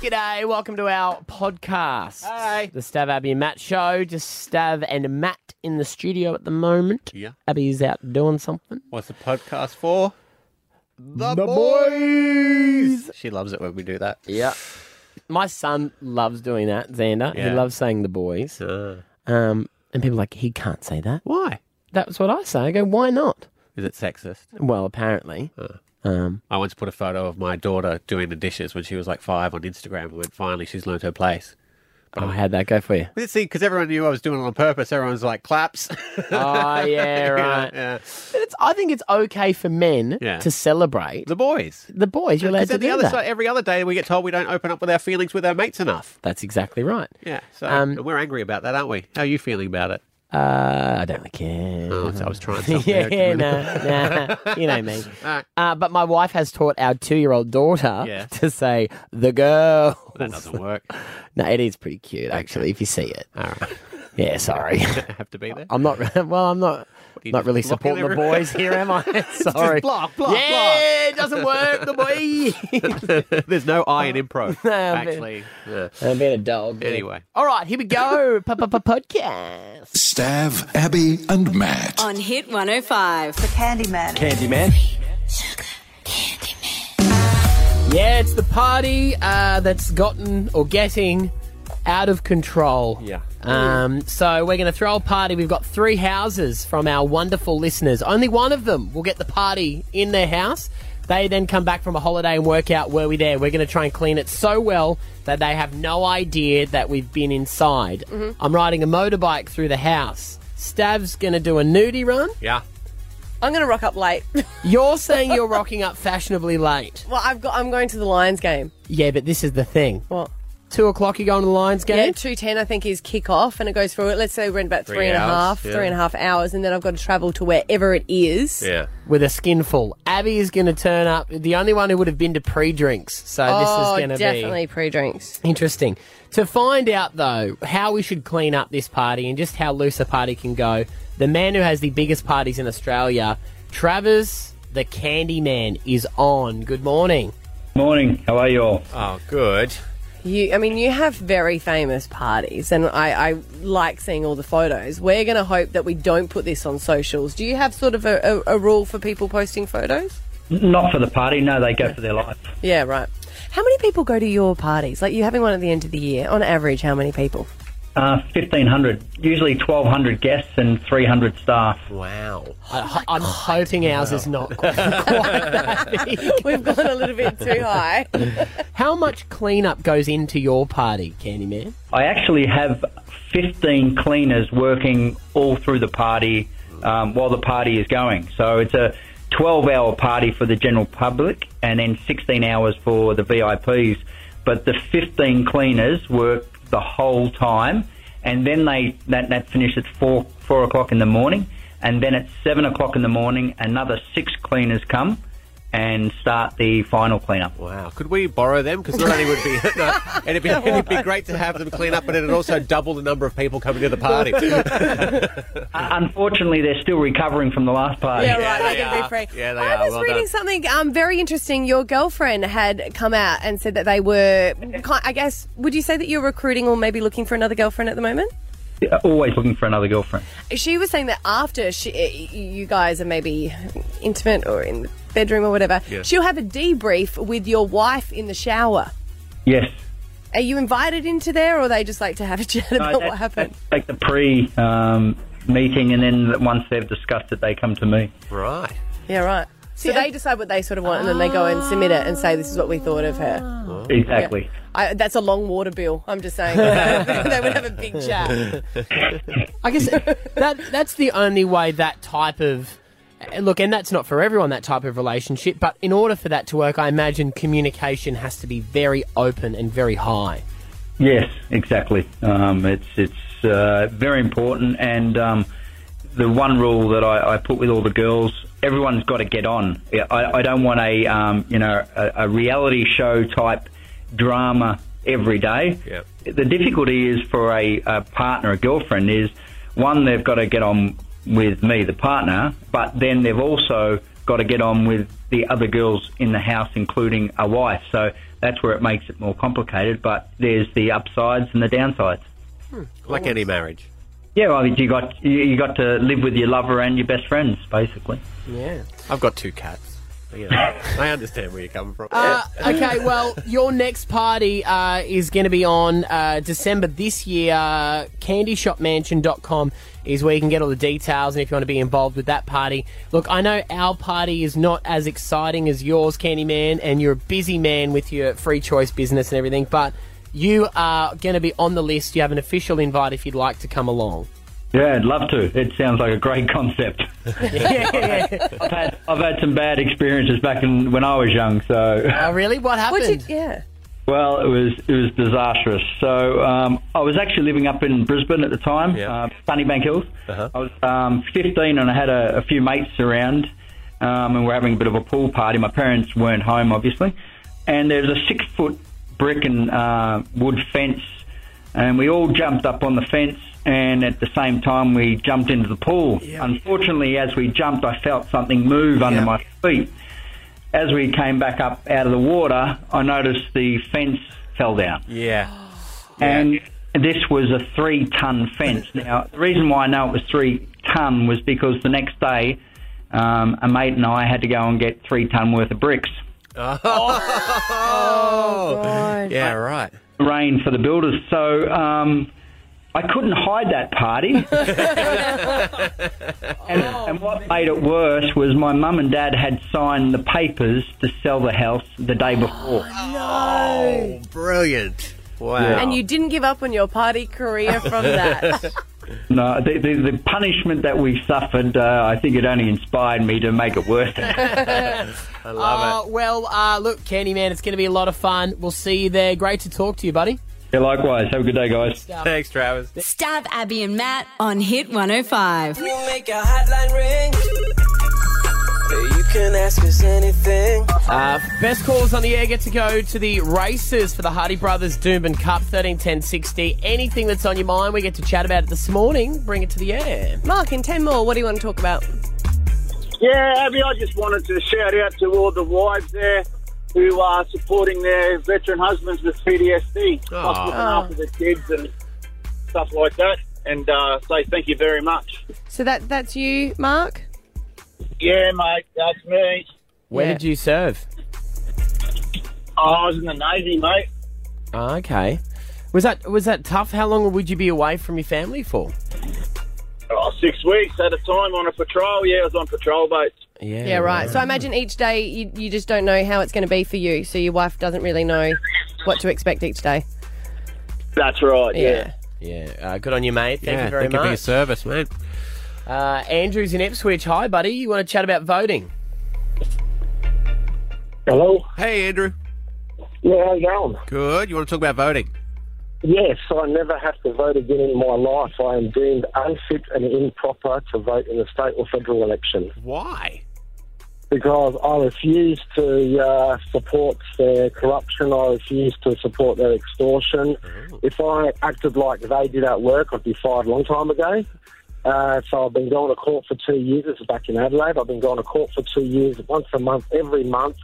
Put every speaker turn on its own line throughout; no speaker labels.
G'day, welcome to our podcast. Hi. The Stav, Abby, and Matt show. Just Stav and Matt in the studio at the moment.
Yeah.
Abby's out doing something.
What's the podcast for? The,
boys.
She loves it when we do that.
Yeah. My son loves doing that, Xander.
Yeah.
He loves saying the boys. Um, and people are like, he can't say that.
Why?
That's what I say. I go, why not?
Is it sexist? Uh,
Well, apparently. Um,
I once put a photo of my daughter doing the dishes when she was like five on Instagram and went, finally, she's learned her place.
I had that go for you.
But see, because everyone knew I was doing it on purpose, everyone's like, claps.
oh, yeah,
You know,
right.
yeah.
But It's, I think it's okay for men
Yeah.
to celebrate
The boys.
the boys. You're allowed
Because
to
then
do
the other
that.
side, every other day, we get told we don't open up with our feelings with our mates enough.
That's exactly right.
Yeah. So
Um,
and we're angry about that, aren't we? How are you feeling about it?
Uh, I don't really care.
Oh, I was trying something.
yeah,
there.
no, no, you know me.
Alright.
Uh, but my wife has taught our two-year-old daughter
Yeah.
to say the girl.
That doesn't work.
No, it is pretty cute actually if you see it.
All right.
Yeah, sorry,
Have to be there.
I'm not. Well, I'm not.
you
Not
just blocking
really supporting the
everyone?
boys here, am I? sorry.
block, block,
yeah, it doesn't work. The boy.
There's no I in improv,
but-
actually. Yeah.
I'm being a dog.
Anyway.
All right, here we go. Podcast.
Stav, Abby, and Matt.
On Hit 105.
Candyman.
Yeah, it's the party uh, that's gotten or getting out of control.
Yeah.
Um, so we're going to throw a party. We've got three houses from our wonderful listeners. Only one of them will get the party in their house. They then come back from a holiday and work out were we there. We're going to try and clean it so well that they have no idea that we've been inside. I'm riding a motorbike through the house. Stav's going to do a nudie run.
Yeah.
I'm going to rock up late.
You're saying you're rocking up fashionably late.
well, I've got. I'm going to the Lions game.
Yeah, but this is the thing.
What?
Two o'clock, you going to the Lions game?
Yeah, two ten. I think is kick off, and it goes through. Let's say we're in about
Three
three and a
hours,
half,
yeah.
three and a half hours, and then I've got to travel to wherever it is.
Yeah.
with a skinful. Abby is going to turn up, the only one who would have been to pre drinks. So
Oh,
this is going to
definitely
be
pre-drinks.
interesting. To find out, though, how we should clean up this party and just how loose a party can go, the man who has the biggest parties in Australia, Travers the Candy Man, is on. Good morning.
Morning. How are you all?
Oh, good.
You, I mean, you have very famous parties, and I, I like seeing all the photos. We're going to hope that we don't put this on socials. Do you have sort of a, a, a rule for people posting photos?
Not for the party. No, they go for their life.
Yeah, right. How many people go to your parties? Like you having one at the end of the year, on average, how many people?
Uh, Fifteen hundred. Usually twelve hundred guests and three hundred staff.
Wow.
I, Uh, I'm hoping ours is not quite that big.
We've gone a little bit too high.
How much cleanup goes into your party, Candy Man?
I actually have fifteen cleaners working all through the party um, while the party is going. So it's a twelve-hour party for the general public, and then sixteen hours for the VIPs. But the fifteen cleaners work the whole time, and then they that that finishes at four four o'clock in the morning, and then at seven o'clock in the morning, another six cleaners come and start the final cleanup.
Wow. Could we borrow them? Because not only would it be, no, it'd be, it'd be great to have them clean up, but it'd also double the number of people coming to the party.
Uh, Unfortunately, they're still recovering from the last party.
Yeah, right.
they
they can
are.
be free.
Yeah, they
I
are.
was
Well
reading
done.
something um, very interesting. Your girlfriend had come out and said that they were, ki- I guess, would you say that you're recruiting or maybe looking for another girlfriend at the moment?
Always looking for another girlfriend.
She was saying that after she, eh, you guys are maybe intimate or in the bedroom or whatever,
Yeah.
she'll have a debrief with your wife in the shower.
Yes.
Are you invited into there or they just like to have a chat
No,
about
that-
what happened?
that's Like the pre um, meeting, and then once they've discussed it, they come to me.
Right.
Yeah, right. So they decide what they sort of want, and then they go and submit it and say, "This is what we thought of her."
Exactly.
I, that's a long water bill. I'm just saying they would have a big chat.
I guess that that's the only way that type of uh, look, and that's not for everyone that type of relationship. But in order for that to work, I imagine communication has to be very open and very high.
Yes, exactly. Um, it's it's uh, very important, and um, the one rule that I, I put with all the girls, everyone's got to get on. Yeah, I, I don't want a um, you know a, a reality show type drama every day.
Yep.
The difficulty is for a, a partner, a girlfriend, is one they've got to get on with me, the partner, but then they've also got to get on with the other girls in the house, including a wife. So that's where it makes it more complicated. But there's the upsides and the downsides.
Like any marriage.
Yeah, well, you got you- you got to live with your lover and your best friends, basically.
Yeah.
I've got two cats. You know, I understand where you're coming from.
Uh, okay, well, your next party uh, is going to be on uh, December this year. Uh, CandyShopMansion.com is where you can get all the details and if you want to be involved with that party. Look, I know our party is not as exciting as yours, Candy Man, and you're a busy man with your free choice business and everything, but you are going to be on the list. You have an official invite if you'd like to come along.
Yeah, I'd love to. It sounds like a great concept. I've had I've had some bad experiences back in when I was young, so
Oh, really? What
What
happened?
did yeah?
Well, it was it was disastrous. So um, I was actually living up in Brisbane at the time,
Yeah.
uh, Sunnybank Hills. I was um, 15 and I had a, a few mates around, um, and we're having a bit of a pool party. My parents weren't home, obviously, and there's a six foot brick and uh, wood fence, and we all jumped up on the fence. And at the same time, we jumped into the pool. Unfortunately, as we jumped, I felt something move under
Yeah.
my feet as we came back up out of the water, I noticed the fence fell down.
yeah.
And this was a three ton fence. Now, the reason why I know it was three ton was because the next day, um, a mate and I had to go and get three ton worth of bricks.
Yeah, right.
Rain for the builders. So um, I couldn't hide that party. and, and what made it worse was my mum and dad had signed the papers to sell the house the day before.
Oh, brilliant. Wow.
And you didn't give up on your party career from that.
No, the, the, the punishment that we suffered, uh, I think it only inspired me to make it worth it.
I love
Uh, well, uh, look, Candy Man, it's going to be a lot of fun. We'll see you there. Great to talk to you, buddy.
yeah, likewise. Have a good day, guys.
it. Thanks, Travis.
Stab Abby and Matt on Hit 105.
You make a hotline ring. You can ask us anything.
Uh, best calls on the air get to go to the races for the Hardy Brothers Doomben Cup, 13, 10, 60. Anything that's on your mind, we get to chat about it this morning. Bring it to the air.
Mark, in ten more, what do you want to talk about?
Yeah, Abby, I just wanted to shout out to all the wives there who are supporting their veteran husbands with PTSD, plus
Aw.
looking after the kids and stuff like that, and uh, say thank you very much.
So that that's you, Mark.
Yeah, mate, that's me.
Where
Yeah.
did you serve?
Oh, I was in the Navy, mate.
Ah, okay. Was that was that tough? How long would you be away from your family for?
Oh, six weeks at a time on a patrol. Yeah, I was on patrol boats.
Yeah,
Yeah, right. So I imagine each day you, you just don't know how it's going to be for you. So your wife doesn't really know what to expect each day.
That's right, yeah.
Yeah, uh, good on you, mate. Thank
yeah,
you very
thank you for your
much.
service, man.
uh, Andrew's in Ipswich. Hi, buddy. You want to chat about voting?
Hello?
Hey, Andrew.
Yeah, how you going?
Good. You want to talk about voting?
Yes, I never have to vote again in my life. I am deemed unfit and improper to vote in a state or federal election.
Why?
because I refuse to uh, support their corruption. I refuse to support their extortion. If I acted like they did at work, I'd be fired a long time ago. Uh, so I've been going to court for two years. This is back in Adelaide. I've been going to court for two years, once a month, every month.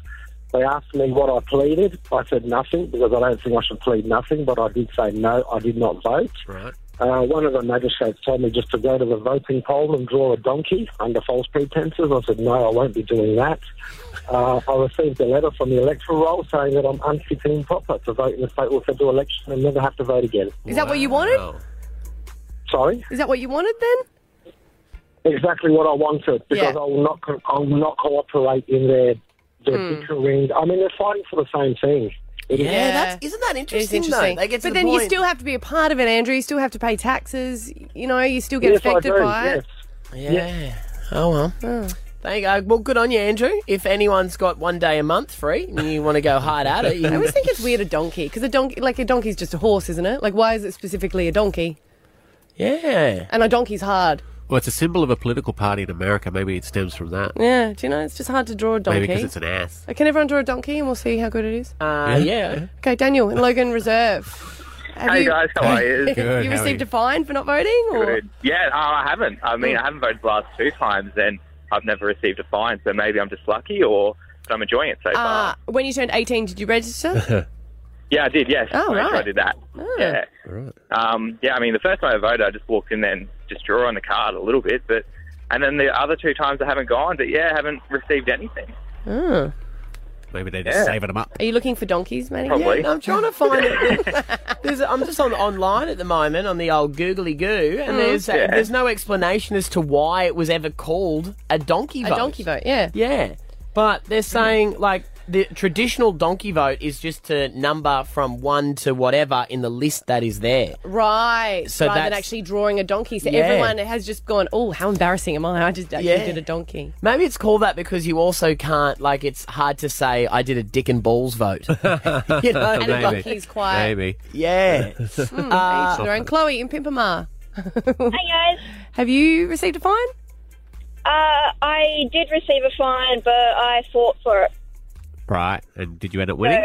They asked me what I pleaded. I said nothing because I don't think I should plead nothing, but I did say no, I did not vote.
Right.
Uh, one of the magistrates told me just to go to the voting poll and draw a donkey under false pretenses. I said, no, I won't be doing that. Uh, I received a letter from the electoral roll saying that I'm unfit and improper to vote in the state or federal election and never have to vote again.
Is that what you wanted?
Oh.
Sorry?
Is that what you wanted then?
Exactly what I wanted because
Yeah.
I will not co- I will not cooperate in their, their
Hmm.
bickering. I mean, they're fighting for the same thing. It is-
Yeah, that's isn't that
It is
interesting,
interesting.
though? They get to
but
the
then you
point-
still have to be a part of it, Andrew. You still have to pay taxes. You know, you still get
Yes, I
affected
do,
by
yes.
it. Hmm.
Yeah. Oh well. Thank you. Well, good on you, Andrew. If anyone's got one day a month free and you want to go hard at it, you
I always think it's weird a donkey because a donkey, like a donkey's just a horse, isn't it? Like, why is it specifically a donkey?
yeah.
And a donkey's hard.
Well, it's a symbol of a political party in America. Maybe it stems from that.
Yeah, do you know it's just hard to draw a
Maybe
donkey?
because it's an ass.
Uh, Can everyone draw a donkey and we'll see how good it is?
Uh, yeah.
Okay, Daniel and Logan Reserve. Have
Hey
you,
guys, how are you?
Good,
you
how are
received
you?
a fine for not voting? Or? Hmm.
Good. Yeah, oh, I haven't. I mean, I haven't voted the last two times, and I've never received a fine, so maybe I'm just lucky or but I'm enjoying it so
Uh,
far.
when you turned 18, did you register?
Yeah, I did. Yes,
Oh,
I
right.
did that. Yeah,
Right.
um, yeah. I mean, the first time I voted, I just walked in and just drew on the card a little bit, but and then the other two times I haven't gone, but yeah, I haven't received anything.
Maybe they're just saving them up.
Oh. Are you looking for donkeys, mate?
Probably.
I'm trying to find it. There's, I'm just on online at the moment on the old googly goo, and there's uh,
Yeah.
there's no explanation as to why it was ever called a donkey
A
vote.
donkey vote, yeah.
Yeah, but they're saying like the traditional donkey vote is just to number from one to whatever in the list that is there.
Right.
So
rather than
that's-
actually drawing a donkey. So
Yeah.
everyone has just gone, oh, how embarrassing am I? I just actually
Yeah.
did a donkey.
Maybe it's called that because you also can't like it's hard to say I did a dick and balls vote. you know,
And a
Maybe.
donkey's quiet. Hmm,
Maybe. Hmm,
yeah. Uh,
Each to their own. Chloe in Pimpamar.
Hi guys.
Have you received a fine?
Uh, I did receive a fine, but I fought for it.
Right. And did you end up
So,
winning?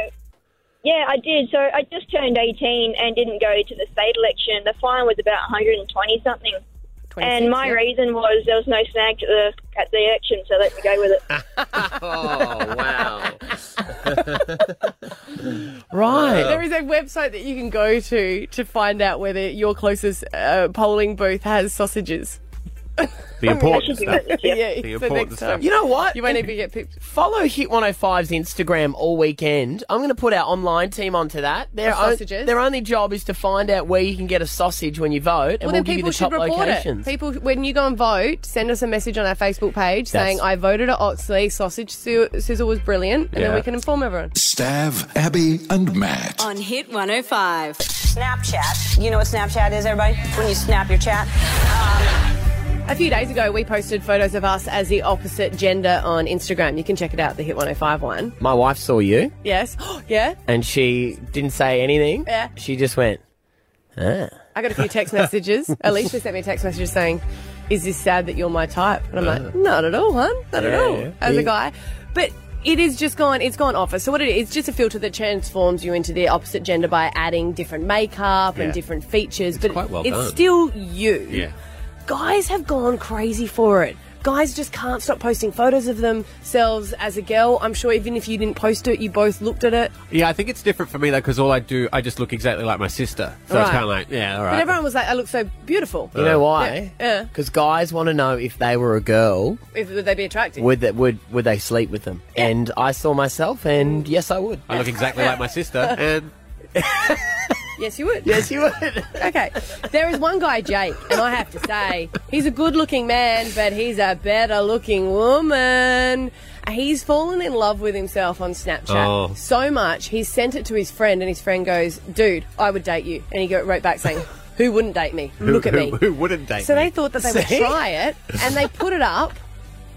yeah, I did. So I just turned 18 and didn't go to the state election. The fine was about 120 something.
26,
And my
yeah.
reason was there was no snag at the, at the election, so let me go with it.
oh wow. right.
There is a website that you can go to to find out whether your closest uh, polling booth has sausages.
The important
Should do
stuff.
it this year.
Yeah,
The
so
important
next
stuff.
time.
You know what?
You won't even get picked.
Follow Hit 105's Instagram all weekend. I'm going to put our online team onto that. Their,
The
on-
sausages?
their only job is to find out where you can get a sausage when you vote, and
Well,
we'll
then
give you
people
the
should
top
report
locations.
it. People, when you go and vote, send us a message on our Facebook page saying, I voted at Oxley, sausage si- sizzle was brilliant, and then
Yeah.
we can inform everyone.
Stav, Abby, and Matt.
On Hit 105.
Snapchat. You know what Snapchat is, everybody? When you snap your chat.
A few days ago, we posted photos of us as the opposite gender on Instagram. You can check it out, the Hit 105 one.
My wife saw you,
Yes. yeah.
and she didn't say anything.
Yeah.
She just went, "Ah."
I got a few text messages. Alicia sent me a text message saying, "Is this sad that you're my type?" And I'm like, "Not at all, hun. Not at
Yeah,
all."
yeah.
As
Yeah.
a guy, but it is just gone. It's gone off us. So what it is, it's just a filter that transforms you into the opposite gender by adding different makeup
Yeah.
and different features. but
quite well
it's
done.
still you.
Yeah.
Guys have gone crazy for it. Guys just can't stop posting photos of themselves as a girl. I'm sure even if you didn't post it, you both looked at it.
Yeah, I think it's different for me though because all I do, I just look exactly like my sister. So it's
Right.
kind of like, yeah, all right.
But everyone was like, "I look so beautiful."
"You know why?
Yeah.
Because guys want to know if they were a girl,
If, would they be attractive?
would that would would they sleep with them? And I saw myself, and yes, I would.
I look exactly like my sister, and
yes, you would.
yes, you would.
Okay. There is one guy, Jake, and I have to say, he's a good looking man, but he's a better looking woman. He's fallen in love with himself on Snapchat
Oh.
so much, he's sent it to his friend, and his friend goes, Dude, I would date you. And he go- wrote back saying, Who wouldn't date me? Look at
who,
me.
Who wouldn't date
So
me?
they thought that they would
See?
try it, and they put it up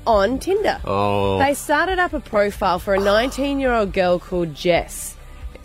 on Tinder.
Oh.
They started up a profile for a 19 year old girl called Jess.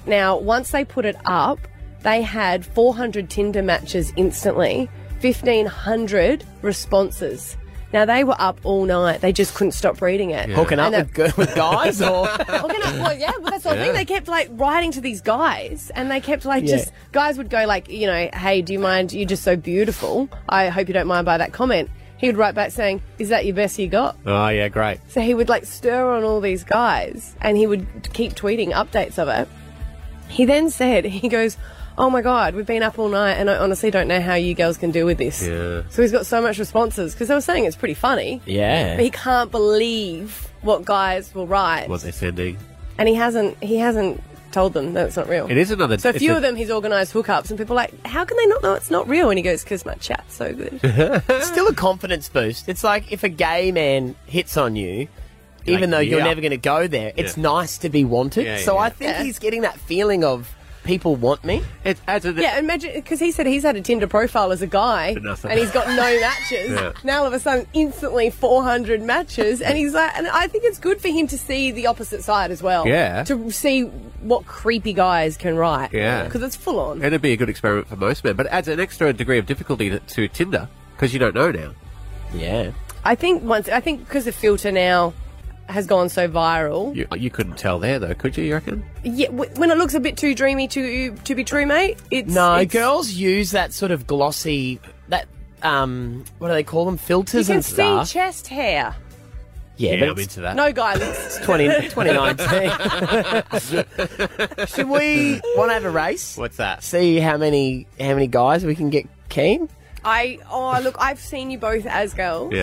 Now, once they put it up, they had 400 Tinder matches instantly, 1,500 responses. Now, they were up all night. They just couldn't stop reading it.
Hooking up
And
with, gu- with guys, or
Hooking up, well, yeah, well, that's what I
Yeah.
think. They kept like writing to these guys, and they kept like
Yeah.
just guys would go like, you know, hey, do you mind? You're just so beautiful. I hope you don't mind by that comment. He would write back saying, "Is that your best you got?"
oh yeah, great.
So he would like stir on all these guys and he would keep tweeting updates of it. He then said, he goes, Oh my God, we've been up all night and I honestly don't know how you girls can deal with this.
Yeah.
So he's got so much responses because they were saying it's pretty funny. But
yeah,
he can't believe what guys will write.
What they're sending.
And he hasn't, he hasn't told them that it's not real.
It is another.
So a
it's
few
a-
of them he's organised hookups and people are like, How can they not know it's not real? And he goes, Because my chat's so good.
it's still a confidence boost. It's like if a gay man hits on you.
like,
Even though you're
yeah.
never going to go there, it's
Yeah.
nice to be wanted.
Yeah, yeah,
so I
yeah.
think
Yeah.
he's getting that feeling of people want me.
It adds an,
Yeah, imagine because he said he's had a Tinder profile as a guy
nothing.
and he's got no matches.
Yeah.
Now all of a sudden, instantly 400 matches, and he's like, and I think it's good for him to see the opposite side as well.
Yeah.
to see what creepy guys can write.
Yeah.
because it's full on.
It'd be a good experiment for most men, but it adds an extra degree of difficulty to, to Tinder because you don't know now.
Yeah.
I think once I think because the filter now has gone so viral.
You, you couldn't tell there though, could you? You reckon?
Yeah, w- when it looks a bit too dreamy to to be true, mate. It's
No,
it's,
girls use that sort of glossy that um what do they call them?
You
Filters
can
and
see
stuff.
chest hair.
Yeah,
Yeah,
but
I'm
it's-
into that.
No guidance.
It's 20, 2019. Should we want to have a race?
What's that?
See how many how many guys we can get keen.
I oh look, I've seen you both as girls.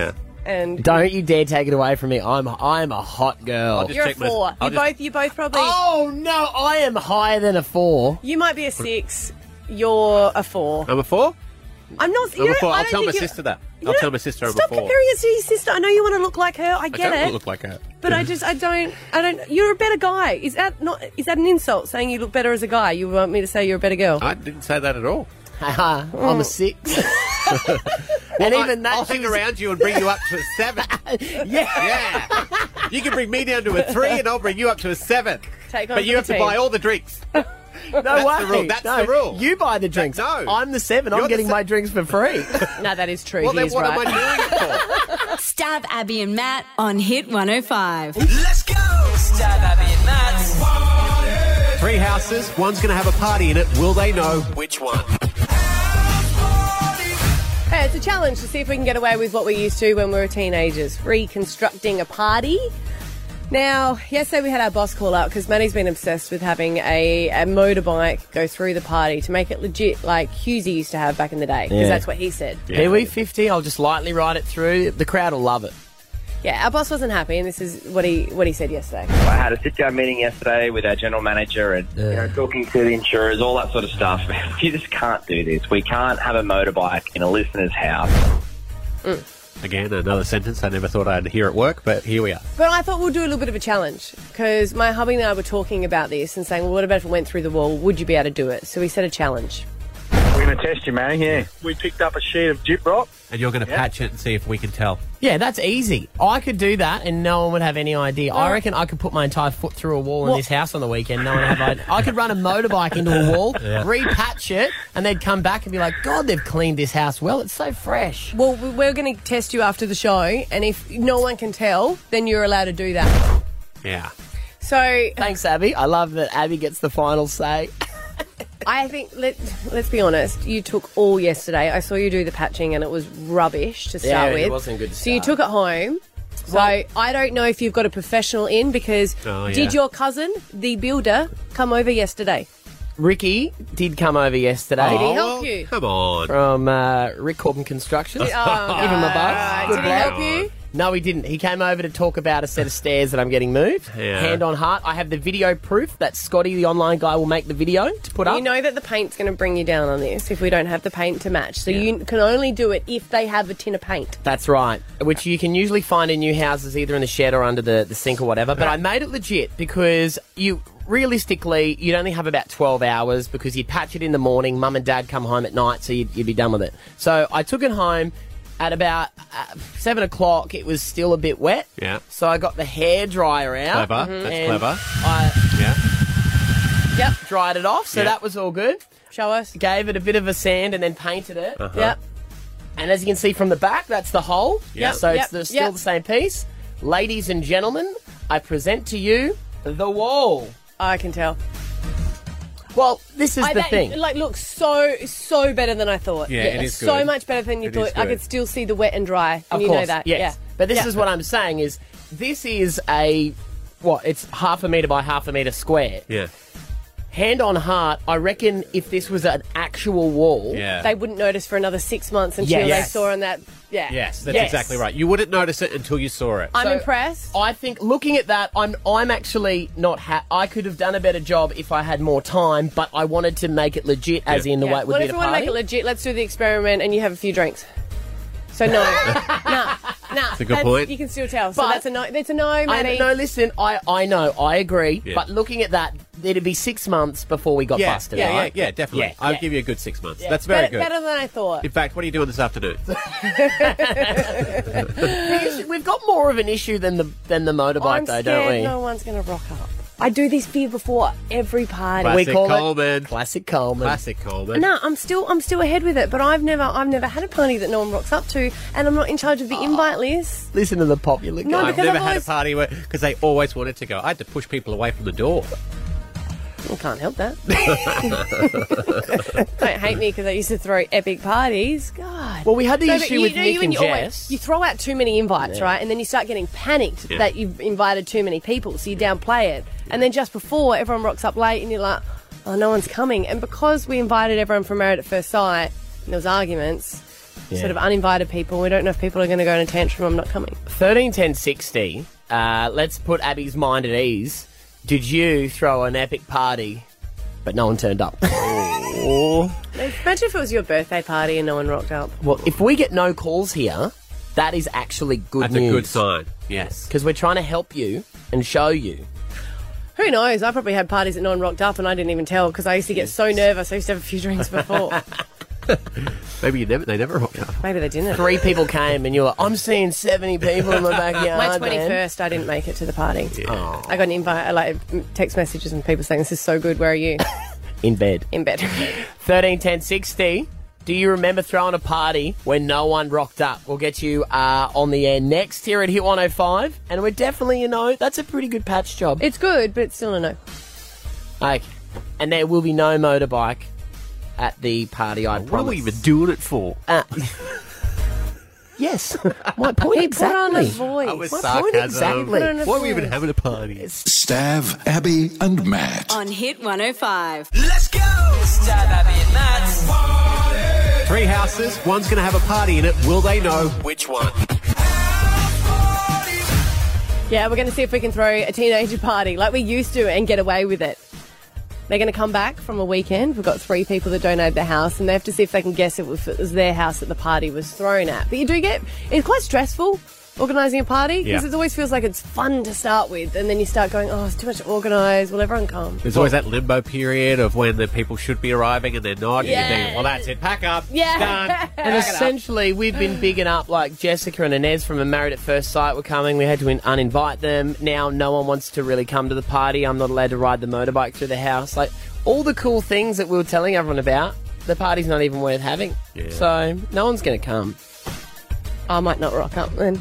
And
Don't you dare take it away from me. I'm I'm a hot girl.
you're a four. you both you both probably
Oh no, I am higher than a four.
You might be a six. You're a four.
I'm a four.
I'm not.
I'm
you
a
don't-
four.
I
I'll
don't
tell
think
my
you're-
sister that.
you
I'll
don't-
tell my sister I'm
Stop
a four.
comparing us to your sister. I know you want to look like her. I
I
get
don't
it.
look like her.
But I just, I don't, I don't. You're a better guy. Is that not? Is that an insult? Saying you look better as a guy? You want me to say you're a better girl?
I didn't say that at all.
Haha, I'm a six. and even that,
I'll hang around you and bring you up to a seven.
yeah.
Yeah. You can bring me down to a three, and I'll bring you up to a seven.
Take on for
but
the
you have to
team.
buy all the drinks.
No
That's
way.
the rule. That's
No,
the rule.
You buy the drinks.
No.
I'm the 7
You're
I'm
the
getting
se-
my drinks for free.
No, that is true.
Well,
he
then
is
what
right.
am I doing it for?
Stab Abby and Matt on Hit 105.
Let's go! Stab Abby and Matt.
Three houses, one's going to have a party in it. Will they know which one?
Hey, it's a challenge to see if we can get away with what we used to when we were teenagers reconstructing a party. Now, yesterday we had our boss call out because Maddie's been obsessed with having a, a motorbike go through the party to make it legit like Husey used to have back in the day because
Yeah.
that's what he said.
Pee Wee 50, I'll just lightly ride it through. The crowd will love it.
Yeah, our boss wasn't happy, and this is what he what he said yesterday.
I had a sit down meeting yesterday with our general manager and you know, talking to the insurers, all that sort of stuff. You just can't do this. We can't have a motorbike in a listener's house.
Again, another sentence I never thought I'd hear at work, but here we are.
But I thought we'll do a little bit of a challenge because my hubby and I were talking about this and saying, well, what about if it went through the wall? Would you be able to do it? So we set a challenge.
We're going to test you, man. Yeah. We picked up a sheet of jip rock.
And you're going to patch it and see if we can tell.
Yeah, that's easy. I could do that and no one would have any idea. I reckon I could put my entire foot through a wall in
What?
this house on the weekend. No one would have idea. I could run a motorbike into a wall,
Yeah.
repatch it, and they'd come back and be like, God, they've cleaned this house well. It's so fresh.
Well, we- we're going to test you after the show, and if no one can tell, then you're allowed to do that.
Yeah.
So
Thanks, Abby. I love that Abby gets the final say.
I think let let's be honest. You took all yesterday. I saw you do the patching, and it was rubbish to
Yeah,
start
it
with.
wasn't good to
so you
start.
took it home. So I don't know if you've got a professional in because
Oh,
did
yeah.
your cousin, the builder, come over yesterday?
Ricky did come over yesterday.
Did he help you?
Come on.
From uh, Rick Corbin Construction.
Oh,
Give him a
God.
buzz.
Did he help you?
No, he didn't. He came over to talk about a set of stairs that I'm getting moved.
Yeah.
Hand on heart, I have the video proof that Scotty, the online guy, will make the video to put up.
You know that the paint's going to bring you down on this if we don't have the paint to match. So you can only do it if they have a tin of paint.
That's right. Which you can usually find in new houses, either in the shed or under the, the sink or whatever. But I made it legit because you realistically you'd only have about 12 hours because you'd patch it in the morning mum and dad come home at night so you'd, you'd be done with it so i took it home at about uh, 7 o'clock it was still a bit wet
Yeah.
so i got the hair dryer out Mm-hmm.
Clever. That's
and
clever.
i
Yeah.
Yep.
dried it off so
Yeah.
that was all good
Show us.
gave it a bit of a sand and then painted it
Uh-huh.
Yep.
and as you can see from the back, that's the hole.
Yeah.
So
Yep,
it's the, still
yep.
the same piece. Ladies and gentlemen, I present to you the wall.
I can tell.
Well, this is
I,
the
that,
thing.
Like, looks so so better than I thought.
Yeah, it is
so
good.
much better than you
It is
thought. I
good.
could still see the wet and dry. And
of
you
course,
know that.
yes.
Yeah.
But this
Yeah.
is what I'm saying is this is a what? It's half a meter by half a meter square.
Yeah.
Hand on heart, I reckon if this was an actual wall,
Yeah.
they wouldn't notice for another six months until they
Yes.
saw on that. Yeah.
yes, that's
Yes.
exactly right. You wouldn't notice it until you saw it.
I'm
So-
impressed.
I think looking at that, I'm I'm actually not. Ha- I could have done a better job if I had more time, but I wanted to make it legit, as in the
Yeah.
way it would
what
be
if
at a
we want to
party.
make it legit? Let's do the experiment, and you have a few drinks. So no, nah, nah. That's
a good point.
You can still tell. So
But-
that's a no. That's a no,
I
Maddie.
no, listen, I, I know, I agree,
Yeah.
but looking at that, it'd be six months before we got
yeah,
busted.
yeah, yeah,
right?
yeah, definitely.
Yeah.
I'll
Yeah.
give you a good six months.
Yeah.
That's very
better,
good.
Better than I thought.
In fact, what are you doing this afternoon?
We've got more of an issue than the than the motorbike,
I'm
though,
scared.
don't we?
No one's gonna rock up. I do this fear before every party.
We
Classic
call it-
Coleman.
Classic Coleman.
Classic Coleman.
No, I'm still I'm still ahead with it, but I've never I've never had a party that no one rocks up to, and I'm not in charge of the
Ah.
invite list.
Listen to the popular
No,
guy.
I've
because
never
I've
had
always-
a party where because they always wanted to go. I had to push people away from the door.
I can't help that. Don't hate me because I used to throw epic parties. God.
Well, we had the
No, but
issue
you
with
do-
Nick
you-
and
you always-
Jess.
you throw out too many invites,
Yeah.
right? And then you start getting panicked
Yeah.
that you've invited too many people, so you downplay it. And then just before, everyone rocks up late and you're like, oh, no one's coming. And because we invited everyone from Married at First Sight and there was arguments,
Yeah.
sort of uninvited people, we don't know if people are going to go in a tantrum, I'm not coming.
13 10 60. Uh, let's put Abby's mind at ease. Did you throw an epic party, but no one turned up? Oh.
Imagine if it was your birthday party and no one rocked up.
well, if we get no calls here, that is actually good
That's
news.
a good sign. Yes.
Because we're trying to help you and show you.
Who knows? I probably had parties that no one rocked up and I didn't even tell because I used to get so nervous. I used to have a few drinks before.
Maybe you never, they never hooked up.
Maybe they didn't.
Three people came and you're like, I'm seeing 70 people in my backyard.
My
man."
21st, I didn't make it to the party.
Oh.
I got an invite, like text messages and people saying, This is so good, where are you?
In bed.
In bed.
13 10 60. Do you remember throwing a party when no one rocked up? We'll get you uh, on the air next here at Hit 105. And we're definitely, you know, that's a pretty good patch job.
It's good, but it's still a no.
Okay. And there will be no motorbike at the party, I promise.
What are we even doing it for?
Uh, yes. My point
He put on a
exactly.
voice. That was
My point
Sarcasm.
exactly.
Why are we even having a party?
Stav, Abby, and Matt.
On Hit 105.
Let's go! Stab Abby and Matt.
Three houses, one's going to have a party in it. Will they know which one?
Yeah, we're going to see if we can throw a teenager party like we used to and get away with it. They're going to come back from a weekend. We've got three people that donated their house, and they have to see if they can guess it if it was their house that the party was thrown at. But you do get it's quite stressful organising a party because
Yeah.
it always feels like it's fun to start with, and then you start going, oh, it's too much to organise. Will everyone come?
There's always that limbo period of when the people should be arriving and they're not. And
Yeah.
you think, well, that's it. Pack up.
Yeah.
Done.
And essentially, we've been bigging up like Jessica and Inez from a Married at First Sight were coming. We had to in- uninvite them. Now, no one wants to really come to the party. I'm not allowed to ride the motorbike through the house. Like, all the cool things that we were telling everyone about, the party's not even worth having.
Yeah.
So, no one's going to come.
I might not rock up then.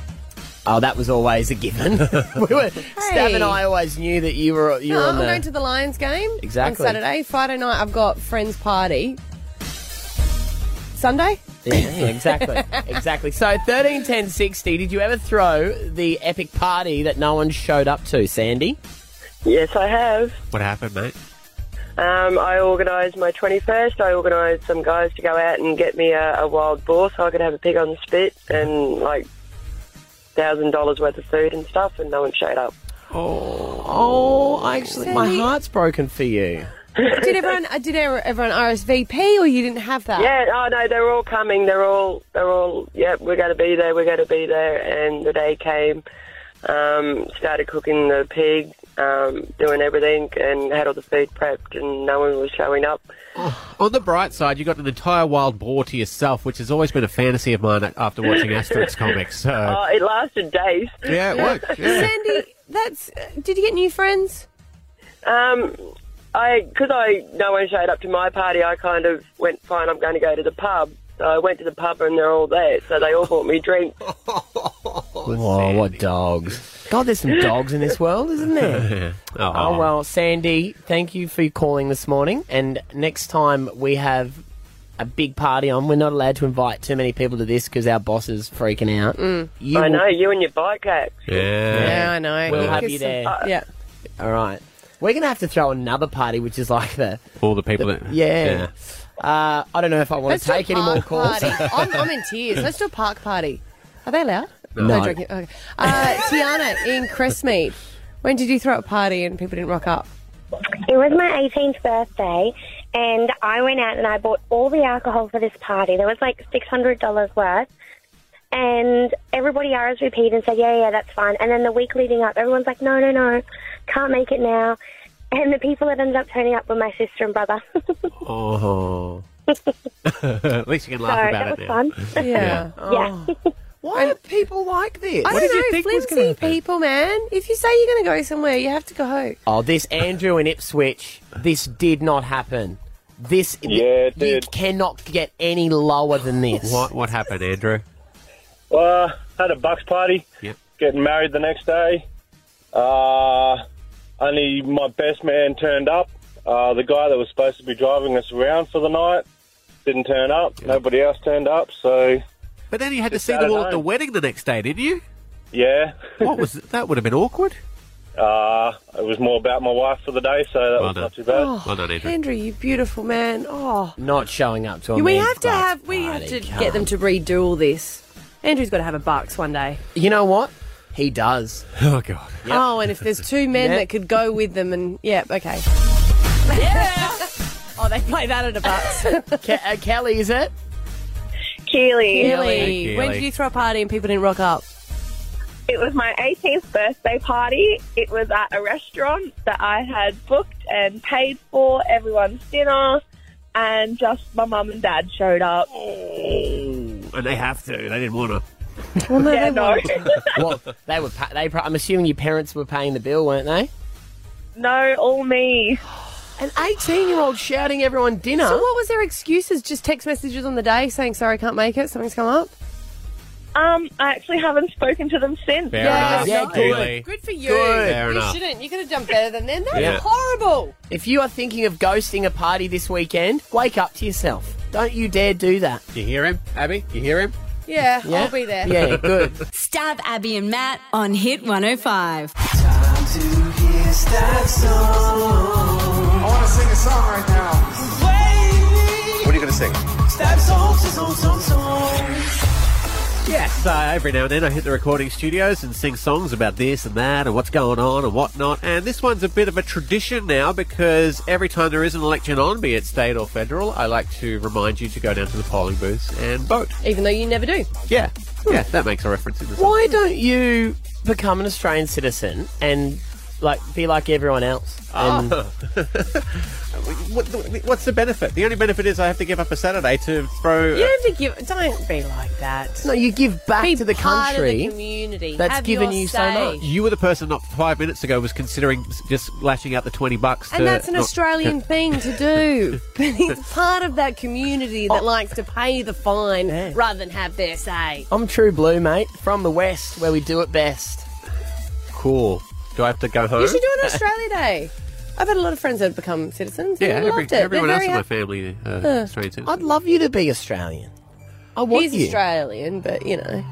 Oh, that was always a given. we were, Stav and I always knew that you were, you were
No,
on
Oh, I'm
the.
going to the Lions game
Exactly.
on Saturday. Friday night, I've got friends' party. Sunday?
Yeah, yeah, exactly. exactly. So, 13, 10, 60, did you ever throw the epic party that no one showed up to, Sandy?
Yes, I have.
What happened, mate?
Um, I organised my 21st. I organised some guys to go out and get me a, a wild boar so I could have a pig on the spit and like thousand dollars worth of food and stuff, and no one showed up.
Oh, oh, I actually, my
Sandy.
heart's broken for you.
did everyone uh, did er- everyone RSVP or you didn't have that?
Yeah, oh no, they're all coming. They're all, they're all. Yep, we're going to be there. We're going to be there. And the day came. Um, started cooking the pig, um, doing everything, and had all the food prepped, and no one was showing up.
On the bright side, you got an entire wild boar to yourself, which has always been a fantasy of mine after watching Asterix comics. So.
Oh, it lasted days.
Yeah, it worked, yeah.
Sandy, that's. Uh, did you get new friends?
Um, I because I no one showed up to my party. I kind of went fine. I'm going to go to the pub. So I went to the pub and they're all there. So they all bought me drinks.
oh,
Whoa, what dogs. God, there's some dogs in this world, isn't there?
oh.
Oh, well, Sandy, thank you for calling this morning. And next time we have a big party on, we're not allowed to invite too many people to this because our boss is freaking out. You
I
will-
know you and your bike Uh, act.
Yeah.
Mm. Yeah, I know.
We'll
Because
have
some-
you there.
yeah.
All right. We're going to have to throw another party, which is like the.
All the people that.
Yeah. Uh, I don't know if I want
Let's
to
do a
take any more
park
calls.
Party. I'm, I'm in tears. Let's do a park party. Are they allowed?
No.
No drinking. Okay. Uh, Tiana in Crestmead. When did you throw a party and people didn't rock up?
It was my 18th birthday, and I went out and I bought all the alcohol for this party. There was like $600 worth. And everybody RSVP'd and said, yeah, yeah, that's fine. And then the week leading up, everyone's like, no, no, no, can't make it now. And the people that ended up turning up were my sister and brother.
Oh. At least you can laugh
So,
about it
that was
now.
fun.
Oh,
Yeah.
Yeah.
Why are people like this?
I don't
What did you
know,
think was
flimsy
gonna happen?
people, man. If you say you're going to go somewhere, you have to go.
Oh, this Andrew in Ipswich, this did not happen. This yeah,
it
You
did.
cannot get any lower than this.
What, what happened, Andrew?
Uh, had a bucks party.
Yep.
Getting married the next day. Uh, only my best man turned up. Uh, the guy that was supposed to be driving us around for the night didn't turn up. Nobody else turned up, so.
But then you had to see them all at the wedding the next day, didn't you?
Yeah.
What was that? Would have been awkward.
Uh, it was more about my wife for the day, so that was not too bad.
Oh, Andrew, you beautiful man. Oh.
Not showing up to a
we
man's
have to
club.
have we have to get them to redo all this. Andrew's got to have a bucks one day.
You know what? He does. Oh god.
Oh, and if there's two men
Yep.
that could go with them, and yeah, okay. oh, they play that at a bucks.
uh, Kelly, is it?
Keely.
Keely.
When did you throw a party and people didn't rock up?
It was my 18th birthday party. It was at a restaurant that I had booked and paid for everyone's dinner, and just my mum and dad showed up.
And they have to. They didn't want to.
Well, no,
Yeah,
they
no.
well, they were. Pa- they. Pro- I'm assuming your parents were paying the bill, weren't they?
No, all me.
An 18 year old shouting everyone dinner.
So what was their excuses? Just text messages on the day saying sorry, can't make it. Something's come up.
Um, I actually haven't spoken to them since.
Fair enough.
Yeah, good.
Really.
Good for you.
Good.
Fair
you
enough.
shouldn't. You could have done better than them. They're
Yeah.
horrible.
If you are thinking of ghosting a party this weekend, wake up to yourself. Don't you dare do that.
You hear him, Abby? You hear him?
Yeah,
Yeah.
I'll be there.
Yeah, good.
Stab Abby and Matt on Hit 105.
I want to sing a song right now.
What are you going to sing?
Stab song, song, song, song.
Yes, uh, every now and then I hit the recording studios and sing songs about this and that and what's going on and whatnot. And this one's a bit of a tradition now because every time there is an election on, be it state or federal, I like to remind you to go down to the polling booths and vote.
Even though you never do.
Yeah, yeah, that makes a reference in the song.
Why don't you become an Australian citizen and like be like everyone else? And
Oh. What, what's the benefit? The only benefit is I have to give up a Saturday to throw.
You don't have to give. Don't be like that.
No, you give back
be
to the
part of
country
the community.
that's
Have
given
your
you so
say.
much.
You were the person not five minutes ago was considering just lashing out the twenty bucks. to
And that's an
not-
Australian thing to do. But he's part of that community
Oh.
that likes to pay the fine rather than have their say.
I'm true blue, mate, from the west where we do it best.
Cool. Do I have to go home? Uh,
You should do an Australia Day. I've had a lot of friends that have become citizens.
Yeah,
and they
every-
loved it. They're
everyone else
very
in my
happy.
family uh,
Uh,
Australian citizen.
I'd love you to be Australian. I want
He's
you.
Australian, but you know.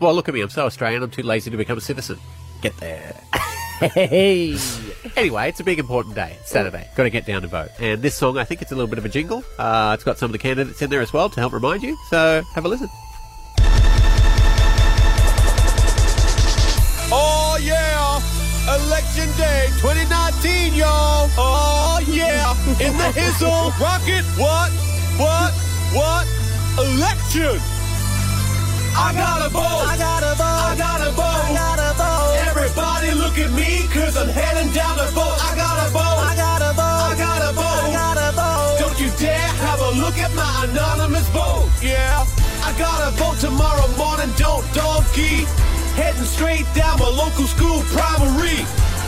Well, look at me. I'm so Australian. I'm too lazy to become a citizen. Get there.
Hey.
Anyway, it's a big important day. It's Saturday. Got to get down to vote. And this song, I think it's a little bit of a jingle. Uh, it's got some of the candidates in there as well to help remind you. So have a listen.
Oh yeah, election day 2019, y'all. Oh yeah, in the hizzle, rocket. What? What? What? Election. I gotta vote. I gotta vote. I gotta vote. I gotta vote. Everybody look at me, cause I'm heading down to vote. I gotta vote. I gotta vote. I gotta vote. I gotta vote. Don't you dare have a look at my anonymous vote. Yeah. I gotta vote tomorrow morning, don't donkey. Heading straight down my local school primary.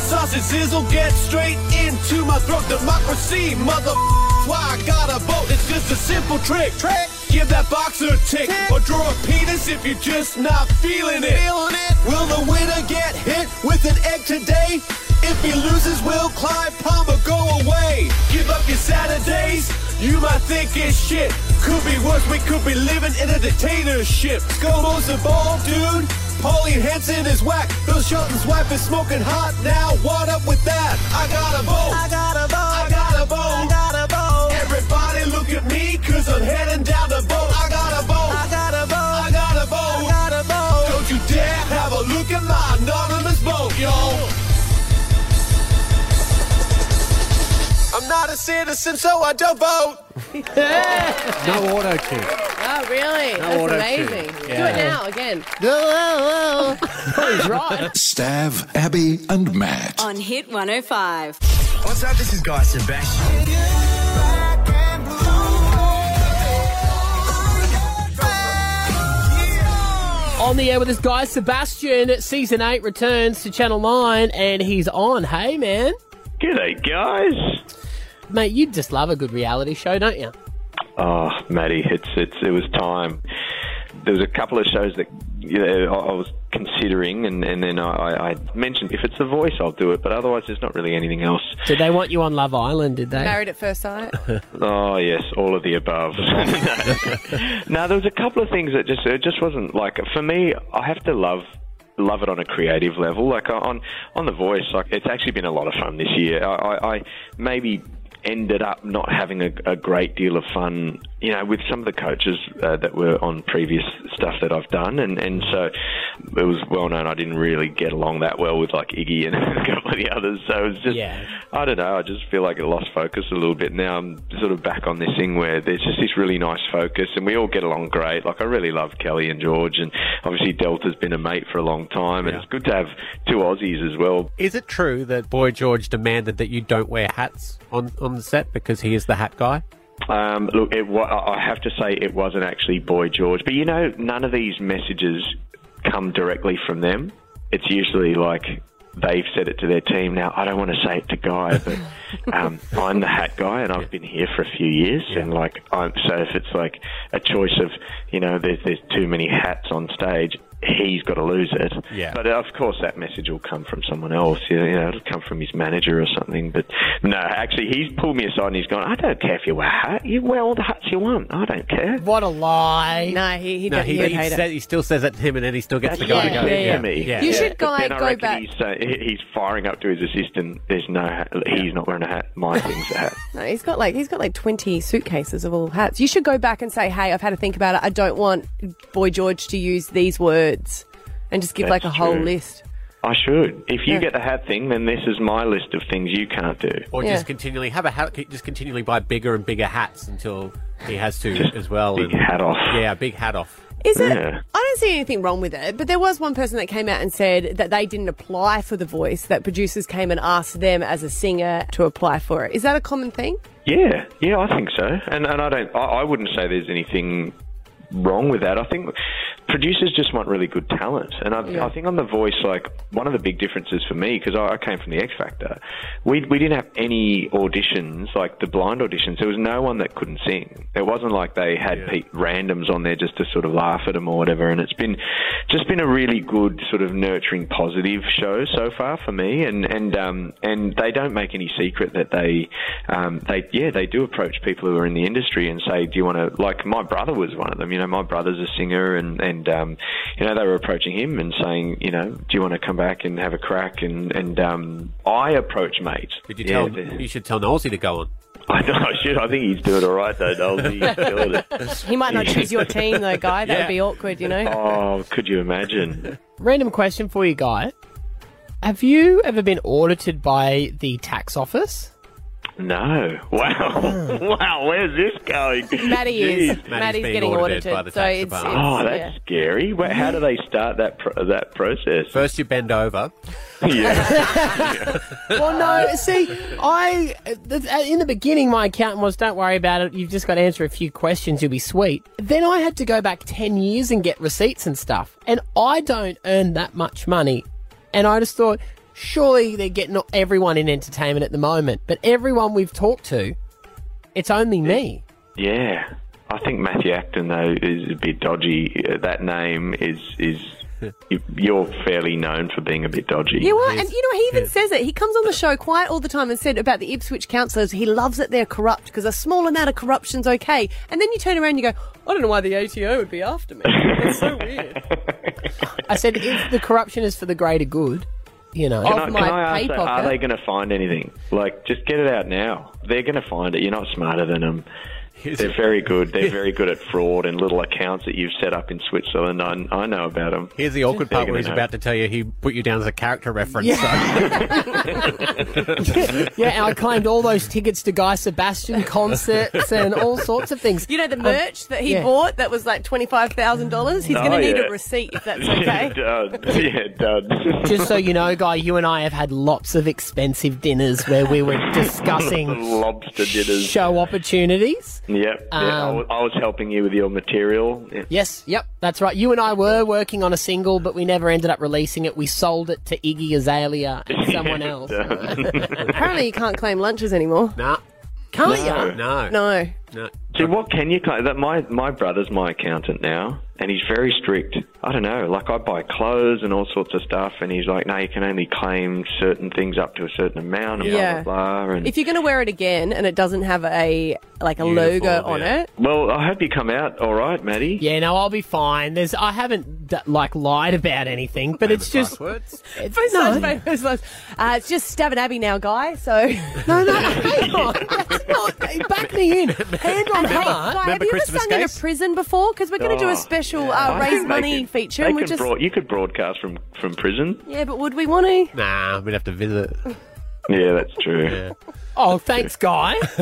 Sausage sizzle, get straight into my throat. Democracy, mother. Why I gotta vote? It's just a simple trick. Trick. Give that boxer a tick, or draw a penis if you're just not feeling it. Feeling it. Will the winner get hit with an egg today? If he loses, will Clive Palmer go away? Give up your Saturdays. You might think it's shit. Could be worse. We could be living in a dictatorship. Go most of all, dude. Pauline Henson is whack. Bill Shelton's wife is smoking hot now. What up with that? I gotta vote. I gotta vote. I gotta vote. I gotta vote. Everybody look at me, cause I'm heading down to vote. I gotta vote. I gotta vote. I gotta vote. I gotta vote. Don't you dare have a look at my anonymous vote, y'all. I'm not a citizen, so I don't vote.
No auto tune.
Oh, really?
No
That's
auto-tune.
amazing. Do
Yeah.
it now again.
Stav, Abby, and Matt.
On Hit 105.
What's up? This is Guy Sebastian.
On the air with this guy, Sebastian, season eight returns to Channel 9 and he's on. Hey, man.
G'day, guys.
Mate, you just love a good reality show, don't you?
Oh, Matty, it's it's it was time. There was a couple of shows that you know, I I was considering, and, and then I- I, I mentioned if it's the voice, I'll do it. But otherwise, there's not really anything else.
Did they want you on Love Island? Did they?
Married at first sight.
Oh yes, all of the above. no, there was a couple of things that just it just wasn't like for me. I have to love love it on a creative level. Like on on the voice, like it's actually been a lot of fun this year. I, I, I maybe ended up not having a, a great deal of fun, you know, with some of the coaches uh, that were on previous stuff that I've done, and and so it was well known I didn't really get along that well with like Iggy and a couple of the others. So it was just I don't know. I just feel like it lost focus a little bit. Now I'm sort of back on this thing where there's just this really nice focus, and we all get along great. Like I really love Kelly and George, and obviously Delta's been a mate for a long time, and it's good to have two Aussies as well.
Is it true that Boy George demanded that you don't wear hats on, on the set because he is the hat guy?
Um, look, it wa- I I have to say it wasn't actually Boy George, but you know, none of these messages come directly from them. It's usually like they've said it to their team. Now, I don't want to say it to Guy, but um, I'm the hat guy, and I've been here for a few years, and like, I'm, so if it's like a choice of, you know, there's there's too many hats on stage. He's got to lose it.
Yeah.
But of course, that message will come from someone else. You know, you know, it'll come from his manager or something. But no, actually, he's pulled me aside and he's gone, I don't care if you wear a hat. You wear all the hats you want. I don't care.
What a lie!
No, he he,
no,
don't-
he,
he would
he
hate it.
said- he still says that to him, and then he still gets the guy
yeah,
to go.
yeah, yeah. You should go,
But then I
go
reckon
back.
He's, uh, he- he's firing up to his assistant. There's no hat. He's not wearing a hat. My thing's a hat.
No, he's got like he's got like twenty suitcases of all hats. You should go back and say, "Hey, I've had to think about it. I don't want Boy George to use these words," and just give like a
That's
whole
true.
list.
I should. If you
Yeah.
get the hat thing, then this is my list of things you can't do.
Or just continually have a hat, just continually buy bigger and bigger hats until he has to as well. Big
hat off.
Yeah, big hat off.
Is it? I don't see anything wrong with it, but there was one person that came out and said that they didn't apply for the voice. That producers came and asked them as a singer to apply for it. Is that a common thing?
Yeah, yeah, I think so, and and I don't, I, I wouldn't say there's anything wrong with that. I think producers just want really good talent, and I, I think on The Voice, like one of the big differences for me because I, I came from the X Factor, we we didn't have any auditions like the blind auditions. There was no one that couldn't sing. It wasn't like they had pe- randoms on there just to sort of laugh at them or whatever. And it's been just been a really good sort of nurturing, positive show so far for me. And and um, and they don't make any secret that they um, they yeah they do approach people who are in the industry and say, do you want to like my brother was one of them. You know, my brother's a singer, and and um, you know they were approaching him and saying, you know, do you want to come back and have a crack? And and um, I approach mates.
Did you tell him, you should tell Nolsey to go on?
I know I should. I think he's doing all right though, Dolby. He's killing it.
He might not choose your team though, guy. That
Yeah.
would be awkward, you know.
Oh, could you imagine?
Random question for you, guy. Have you ever been audited by the tax office?
No. Oh, Wow. wow. Where's this going?
Hmm. Maddie is.
Jeez.
Maddie's Maddie's being getting audited audited, by the so tax it's- department.
Oh,
it's-
that's
yeah.
scary. Wha- How do they start that pro- that process?
First, you bend over.
well, no. See, I th- in the beginning, my accountant was, "Don't worry about it. You've just got to answer a few questions. You'll be sweet." Then I had to go back ten years and get receipts and stuff, and I don't earn that much money. And I just thought, surely they're getting not everyone in entertainment at the moment, but everyone we've talked to, it's only me.
Yeah. I think Matthew Acton though is a bit dodgy. Uh, That name is is you- you're fairly known for being a bit dodgy.
You are, and you know, he even says it. He comes on the show quite all the time and said about the Ipswich councillors, he loves that they're corrupt because a small amount of corruption's okay. And then you turn around and you go, I don't know why the ATO would be after me. It's so weird.
I said, if the corruption is for the greater good, you know,
Can I, can I ask, though, are they going to find anything? Like, just get it out now. They're going to find it. You're not smarter than them. They're very good. They're very good at fraud and little accounts that you've set up in Switzerland. I, I know about them.
Here's the awkward part where he's about to tell you he put you down as a character reference. so-
yeah, and I claimed all those tickets to Guy Sebastian concerts and all sorts of things.
You know, the merch that he
Um, yeah.
bought that was like $25,000? He's
Oh,
going to need
yeah.
a receipt if that's
yeah,
okay.
done. Yeah, done.
Just so you know, Guy, you and I have had lots of expensive dinners where we were discussing
lobster dinners.
show opportunities.
Yep. yeah, I,
Um,
was, I was helping you with your material. Yeah.
Yes, yep, that's right. You and I were working on a single, but we never ended up releasing it. We sold it to Iggy Azalea and someone
Yeah,
else.
done.
Apparently, you can't claim lunches anymore.
Nah.
Can't
No.
you?
No.
No.
No.
See, what can you claim? That my my brother's my accountant now. and he's very strict. I don't know, like I buy clothes and all sorts of stuff, and he's like, no, you can only claim certain things up to a certain amount, and
Yeah.
blah blah blah. And
If you're going to wear it again and it doesn't have a like a logo on it,
well, I hope you come out all right, Maddie.
Yeah, no, I'll be fine. There's, I haven't d- like lied about anything, but it's just
it's such famous words. Uh, it's just Stab and Abby now, guy. So no, no, hang on, That's not- back me in, hand on heart.
Remember-
Guy, have
remember
you
Christmas
ever sung in
case?
a prison before? Because we're going to do
Oh,
a special
I
uh,
think
raise
they
money
could-
feature,
They
and we
could
just
broad- you could broadcast from from prison.
yeah, but would we want to?
Nah, we'd have to visit.
Yeah, that's true.
Oh, thanks, guy.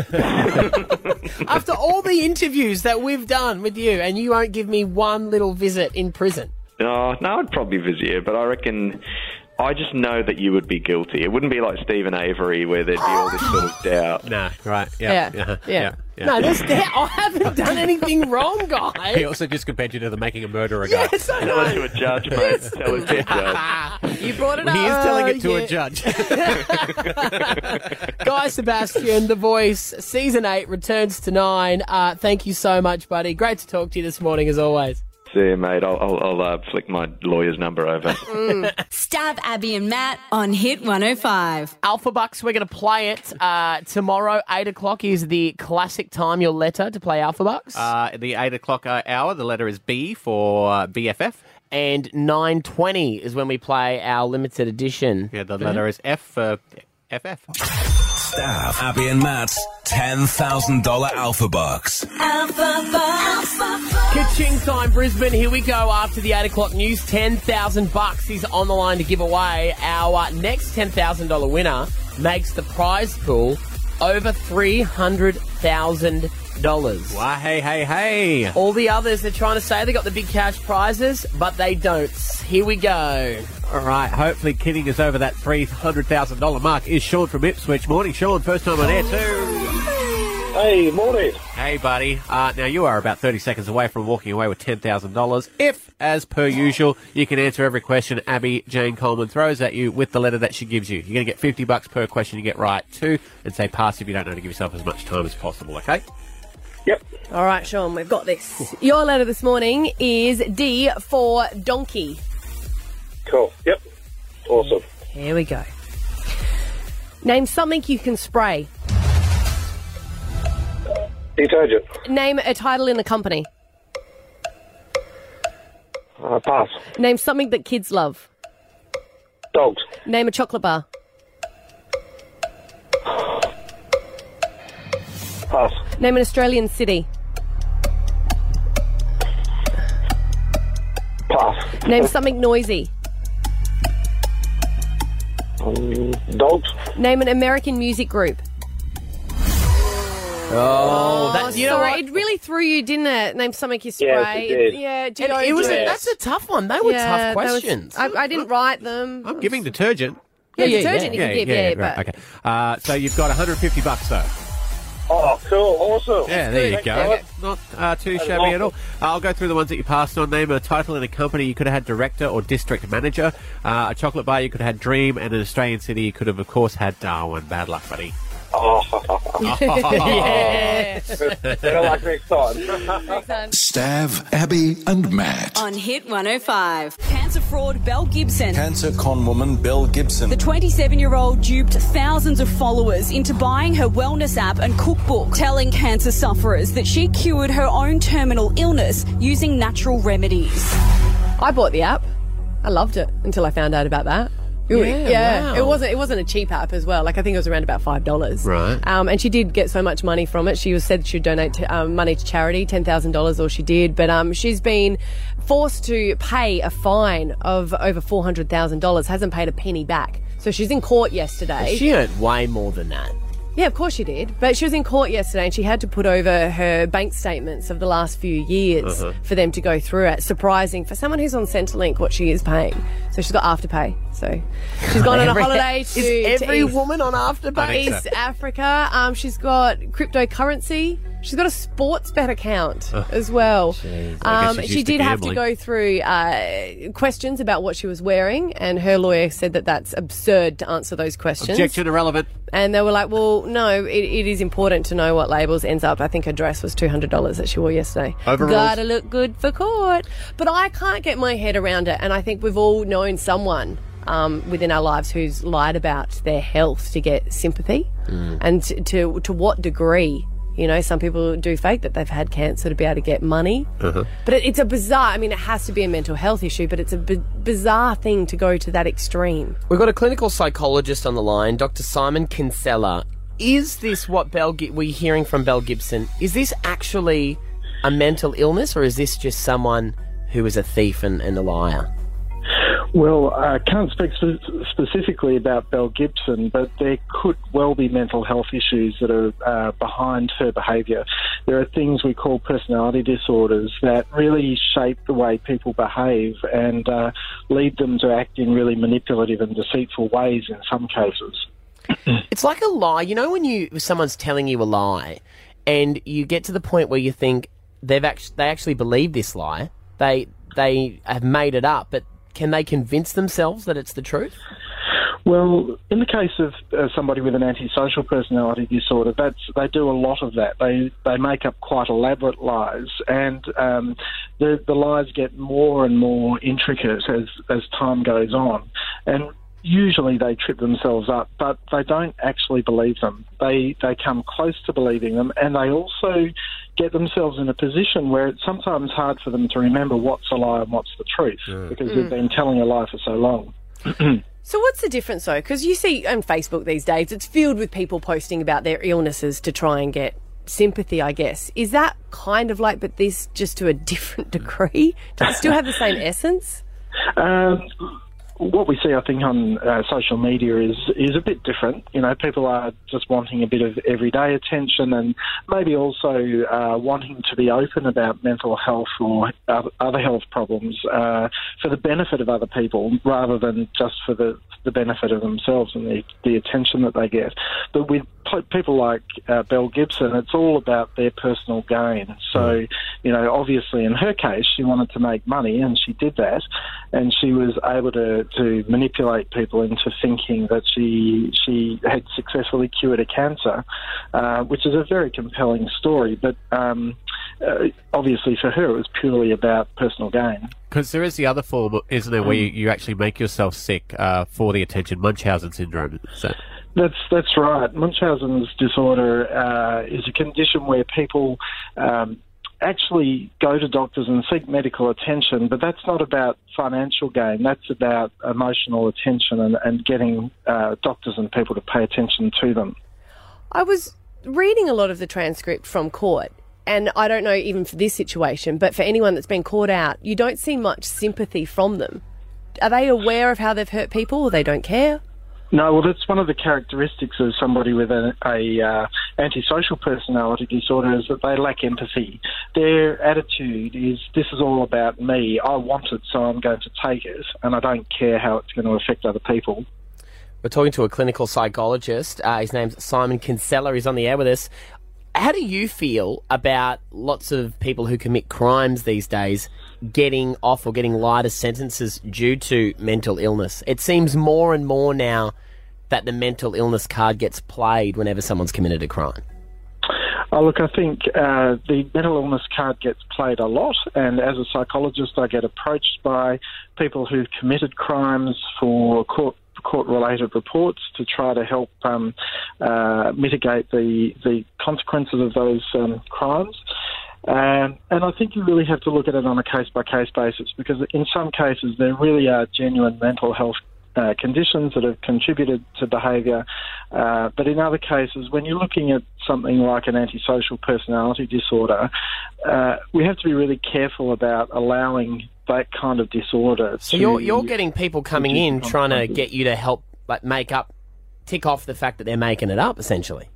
After all the interviews that we've done with you, and you won't give me one little visit in prison.
Oh, no, I'd probably visit you, but I reckon I just know that you would be guilty. It wouldn't be like Stephen Avery where there'd be all this sort of doubt.
Nah, right.
yeah, Yeah, yeah, yeah, No, that's, that, I haven't done anything wrong,
He
guy.
also just compared you to the making a murderer guy.
Yes, I
Tell it to a judge, mate. Tell it to a judge.
You brought it up.
uh, He is telling it to
Yeah.
a judge.
Guy Sebastian, The Voice, Season 8 returns to 9. Uh, thank you so much, buddy. Great to talk to you this morning, as always.
See you, mate. I'll, I'll, I'll uh, flick my lawyer's number over.
Stab Abby and Matt on Hit 105.
Alpha Bucks, we're going to play it uh, tomorrow. 8 o'clock is the classic time, your letter to play Alpha Bucks.
Uh, the eight o'clock uh, hour, the letter is B for uh, BFF.
And 9.20 is when we play our limited edition.
Yeah, the letter is F for FF.
Staff, Abby and Matt's $10,000 Alpha Bucks.
Alpha Bucks. Ka-ching time, Brisbane. Here we go. After the 8 o'clock news, 10,000 bucks is on the line to give away. Our next $10,000 winner makes the prize pool over $300,000.
Why, hey, hey, hey.
All the others, they're trying to say they got the big cash prizes, but they don't. Here we go.
All right, hopefully kidding is over that $300,000 mark is Sean from Ipswich. Morning, Sean. First time on air, too.
Hey, morning.
Hey, buddy. Uh, now, you are about 30 seconds away from walking away with $10,000 if, as per usual, you can answer every question Abby Jane Coleman throws at you with the letter that she gives you. You're going to get 50 bucks per question you get right, too, and say pass if you don't know to give yourself as much time as possible, okay?
All right, Sean, we've got this. Your letter this morning is D for donkey.
Cool. Yep. Awesome.
Here we go. Name something you can spray.
Detergent.
Name a title in a company.
Uh, pass.
Name something that kids love.
Dogs.
Name a chocolate bar.
Pass.
Name an Australian city.
Pass.
Name something noisy.
Um, dogs.
Name an American music group.
Oh,
oh, sorry, it really threw you, didn't it? Name something you spray.
Yes, it did.
Yeah, do
And
you
it was a-
do-
that's a tough one. They were tough
that was-
questions.
I, I didn't write them. I'm
Giving detergent.
Yeah, Yeah, yeah, detergent you can give, yeah,
right,
but-
Okay. Uh, so you've got 150 bucks, though.
Oh, cool. Awesome.
Yeah, there you go.
Okay.
Not uh, too shabby at all. Uh, I'll go through the ones that you passed on. Name a title and a company. You could have had director or district manager. Uh, a chocolate bar. You could have had dream. And an Australian city. You could have, of course, had Darwin. Bad luck, buddy.
Oh,
Yeah.
Better luck next
Oh,
time.
Stav, Abby, and Matt.
On Hit 105. Cancer fraud Belle Gibson.
Cancer con woman Bill Gibson.
The 27 year old duped thousands of followers into buying her wellness app and cookbook, telling cancer sufferers that she cured her own terminal illness using natural remedies.
I bought the app. I loved it until I found out about that. Ooh,
Yeah, wow.
it wasn't. It wasn't a cheap app as well. Like I think it was around about five dollars.
Right.
Um, and she did get so much money from it. She was said she'd donate to, um, money to charity, ten thousand dollars, or she did. But um, she's been forced to pay a fine of over four hundred thousand dollars. Hasn't paid a penny back. So she's in court yesterday.
She earned way more than that.
Yeah, of course she did. But she was in court yesterday and she had to put over her bank statements of the last few years
Uh-huh.
for them to go through it. Surprising for someone who's on Centrelink what she is paying. So So she's got afterpay. So she's gone on a
Every-
holiday
is
to
every
to East-
woman on Afterpay? I think so.
East Africa. Um, she's got cryptocurrency. She's got a sports bet account
Ugh.
as well.
Jeez, I guess
Um,
she's
she
used to
did have to
gambling.
go through uh, questions about what she was wearing, and her lawyer said that that's absurd to answer those questions.
Objection irrelevant.
And they were like, well, no, it, it is important to know what labels ends up. I think her dress was $200 that she wore yesterday.
Overalls.
Gotta look good for court. But I can't get my head around it. And I think we've all known someone um, within our lives who's lied about their health to get sympathy. And t- to, to what degree, you know, some people do fake that they've had cancer to be able to get money.
Uh-huh.
But it, it's a bizarre, I mean, it has to be a mental health issue, but it's a b- bizarre thing to go to that extreme.
We've got a clinical psychologist on the line, Dr. Simon Kinsella. Is this what Bell Gi- we're hearing from Bell Gibson? Is this actually a mental illness, or is this just someone who is a thief and, and a liar?
Well, I can't speak spe- specifically about Belle Gibson, but there could well be mental health issues that are uh, behind her behaviour. There are things we call personality disorders that really shape the way people behave and uh, lead them to act in really manipulative and deceitful ways in some cases.
It's like a lie. You know when you someone's telling you a lie, and you get to the point where you think they've actually they actually believe this lie. They they have made it up, but can they convince themselves that it's the truth?
Well, in the case of uh, somebody with an antisocial personality disorder, that's they do a lot of that. They they make up quite elaborate lies, and um, the the lies get more and more intricate as as time goes on, and. Usually they trip themselves up, but they don't actually believe them. They they come close to believing them, and they also get themselves in a position where it's sometimes hard for them to remember what's a lie and what's the truth because
Mm.
they've been telling a lie for so long.
So what's the difference though? Because you see on Facebook these days, it's filled with people posting about their illnesses to try and get sympathy. I guess is that kind of like, but this just to a different degree. Does it still have the same essence?
Um, what we see, I think, on uh, social media is is a bit different. You know, people are just wanting a bit of everyday attention, and maybe also uh, wanting to be open about mental health or oth- other health problems uh, for the benefit of other people, rather than just for the the benefit of themselves and the the attention that they get. But with po- people like uh, Belle Gibson, it's all about their personal gain. So, you know, obviously in her case, she wanted to make money and she did that, and she was able to, to manipulate people into thinking that she she had successfully cured a cancer, uh, which is a very compelling story. But um, uh, obviously for her, it was purely about personal gain.
Because there is the other form, isn't there,
Mm.
where you, you actually make yourself sick uh, for the attention, Munchausen syndrome. So,
That's that's right. Munchausen's disorder uh, is a condition where people um, actually go to doctors and seek medical attention, but that's not about financial gain. That's about emotional attention and, and getting uh, doctors and people to pay attention to them.
I was reading a lot of the transcript from court, and I don't know even for this situation, but for anyone that's been caught out, you don't see much sympathy from them. Are they aware of how they've hurt people, or they don't care?
No, well, that's one of the characteristics of somebody with an a, uh, antisocial personality disorder is that they lack empathy. Their attitude is, "This is all about me. I want it, so I'm going to take it, and I don't care how it's going to affect other people."
We're talking to a clinical psychologist. Uh, his name's Simon Kinsella. He's on the air with us. How do you feel about lots of people who commit crimes these days getting off or getting lighter sentences due to mental illness? It seems more and more now that the mental illness card gets played whenever someone's committed a crime.
Oh, look, I think uh, the mental illness card gets played a lot, and as a psychologist, I get approached by people who've committed crimes for court. Court related reports to try to help um, uh, mitigate the, the consequences of those um, crimes. Um, and I think you really have to look at it on a case by case basis because, in some cases, there really are genuine mental health uh, conditions that have contributed to behaviour. Uh, but in other cases, when you're looking at something like an antisocial personality disorder, uh, we have to be really careful about allowing that kind of disorder.
So
to-
you're you're getting people coming in trying to get you to help like make up tick off the fact that they're making it up essentially.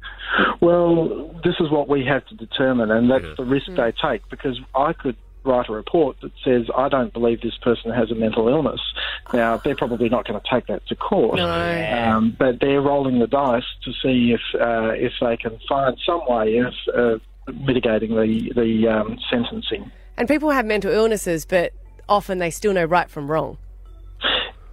Well, this is what we have to determine, and that's the risk they take because I could write a report that says, I don't believe this person has a mental illness. Now, they're probably not going to take that to court.
No.
Um, but they're rolling the dice to see if uh, if they can find some way of uh, mitigating the, the um, sentencing.
And people have mental illnesses, but often they still know right from wrong.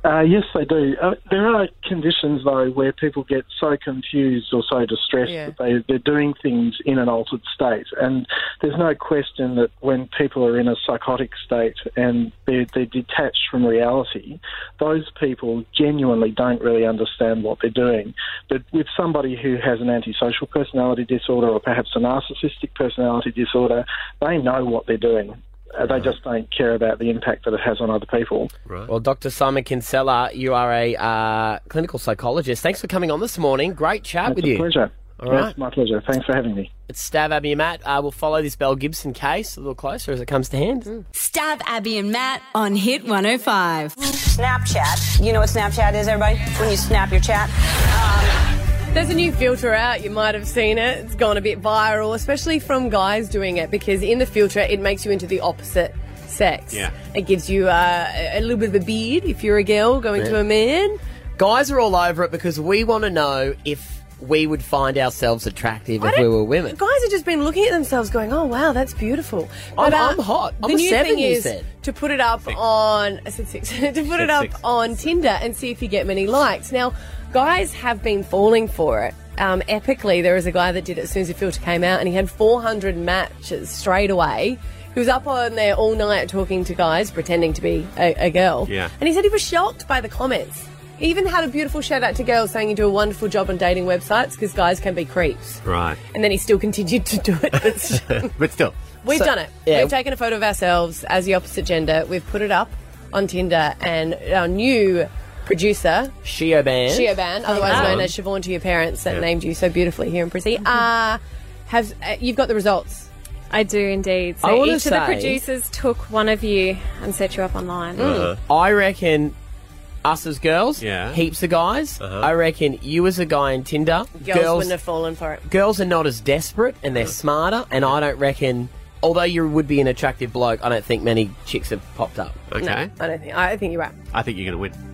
Uh, yes, they do. Uh, there are conditions, though, where people get so confused or so distressed
Yeah.
that they, they're doing things in an altered state. And there's no question that when people are in a psychotic state and they're, they're detached from reality, those people genuinely don't really understand what they're doing. But with somebody who has an antisocial personality disorder or perhaps a narcissistic personality disorder, they know what they're doing. Uh, they just don't care about the impact that it has on other people.
Well, Dr. Simon Kinsella, you are a uh, clinical psychologist. Thanks for coming on this morning. Great chat
It's
with
a
you.
pleasure.
All
Yes,
right.
my pleasure. Thanks for having me.
It's Stav, Abby, and Matt. Uh, we'll follow this Bell Gibson case a little closer as it comes to hand.
Stab Abby and Matt on Hit 105.
Snapchat. You know what Snapchat is, everybody? When you snap your chat.
Um, There's a new filter out, you might have seen it. It's gone a bit viral, especially from guys doing it, because in the filter, it makes you into the opposite sex.
Yeah.
It gives you uh, a a little bit of a beard if you're a girl going to
Yeah.
a man.
Guys are all over it because we want to know if we would find ourselves attractive if we were women.
Guys have just been looking at themselves going, oh, wow, that's beautiful. uh,
I'm- I'm hot. I'm
the
a
new
seven,
thing
you
is
said.
to put it up on, I said six, to put it
Said
up
six.
on Tinder and see if you get many likes. Now, guys have been falling for it. Um, epically, there was a guy that did it as soon as the filter came out and he had 400 matches straight away. He was up on there all night talking to guys, pretending to be a, a girl.
Yeah.
And he said he was shocked by the comments. He even had a beautiful shout out to girls saying you do a wonderful job on dating websites because guys can be creeps.
Right.
And then he still continued to do it. It's-
but still.
We've
So-
done it.
yeah.
We've taken a photo of ourselves as the opposite gender. We've put it up on Tinder, and our new producer,
Shio Band.
Shioban, otherwise known
Um,
as Siobhan to your parents that
Yeah. Mm-hmm.
named you so beautifully here in Prissy, uh, has uh, you've got the results.
I do indeed. So
I wanna
each of the
say-
producers took one of you and set you up online.
Uh-huh. I reckon us as girls,
Yeah.
heaps of guys. I reckon you as a guy in Tinder,
Girls, wouldn't have fallen for it.
girls are not as desperate and they're smarter. And I don't reckon, although you would be an attractive bloke, I don't think many chicks have popped up.
No, I don't think. I think you're right.
I think you're going to win.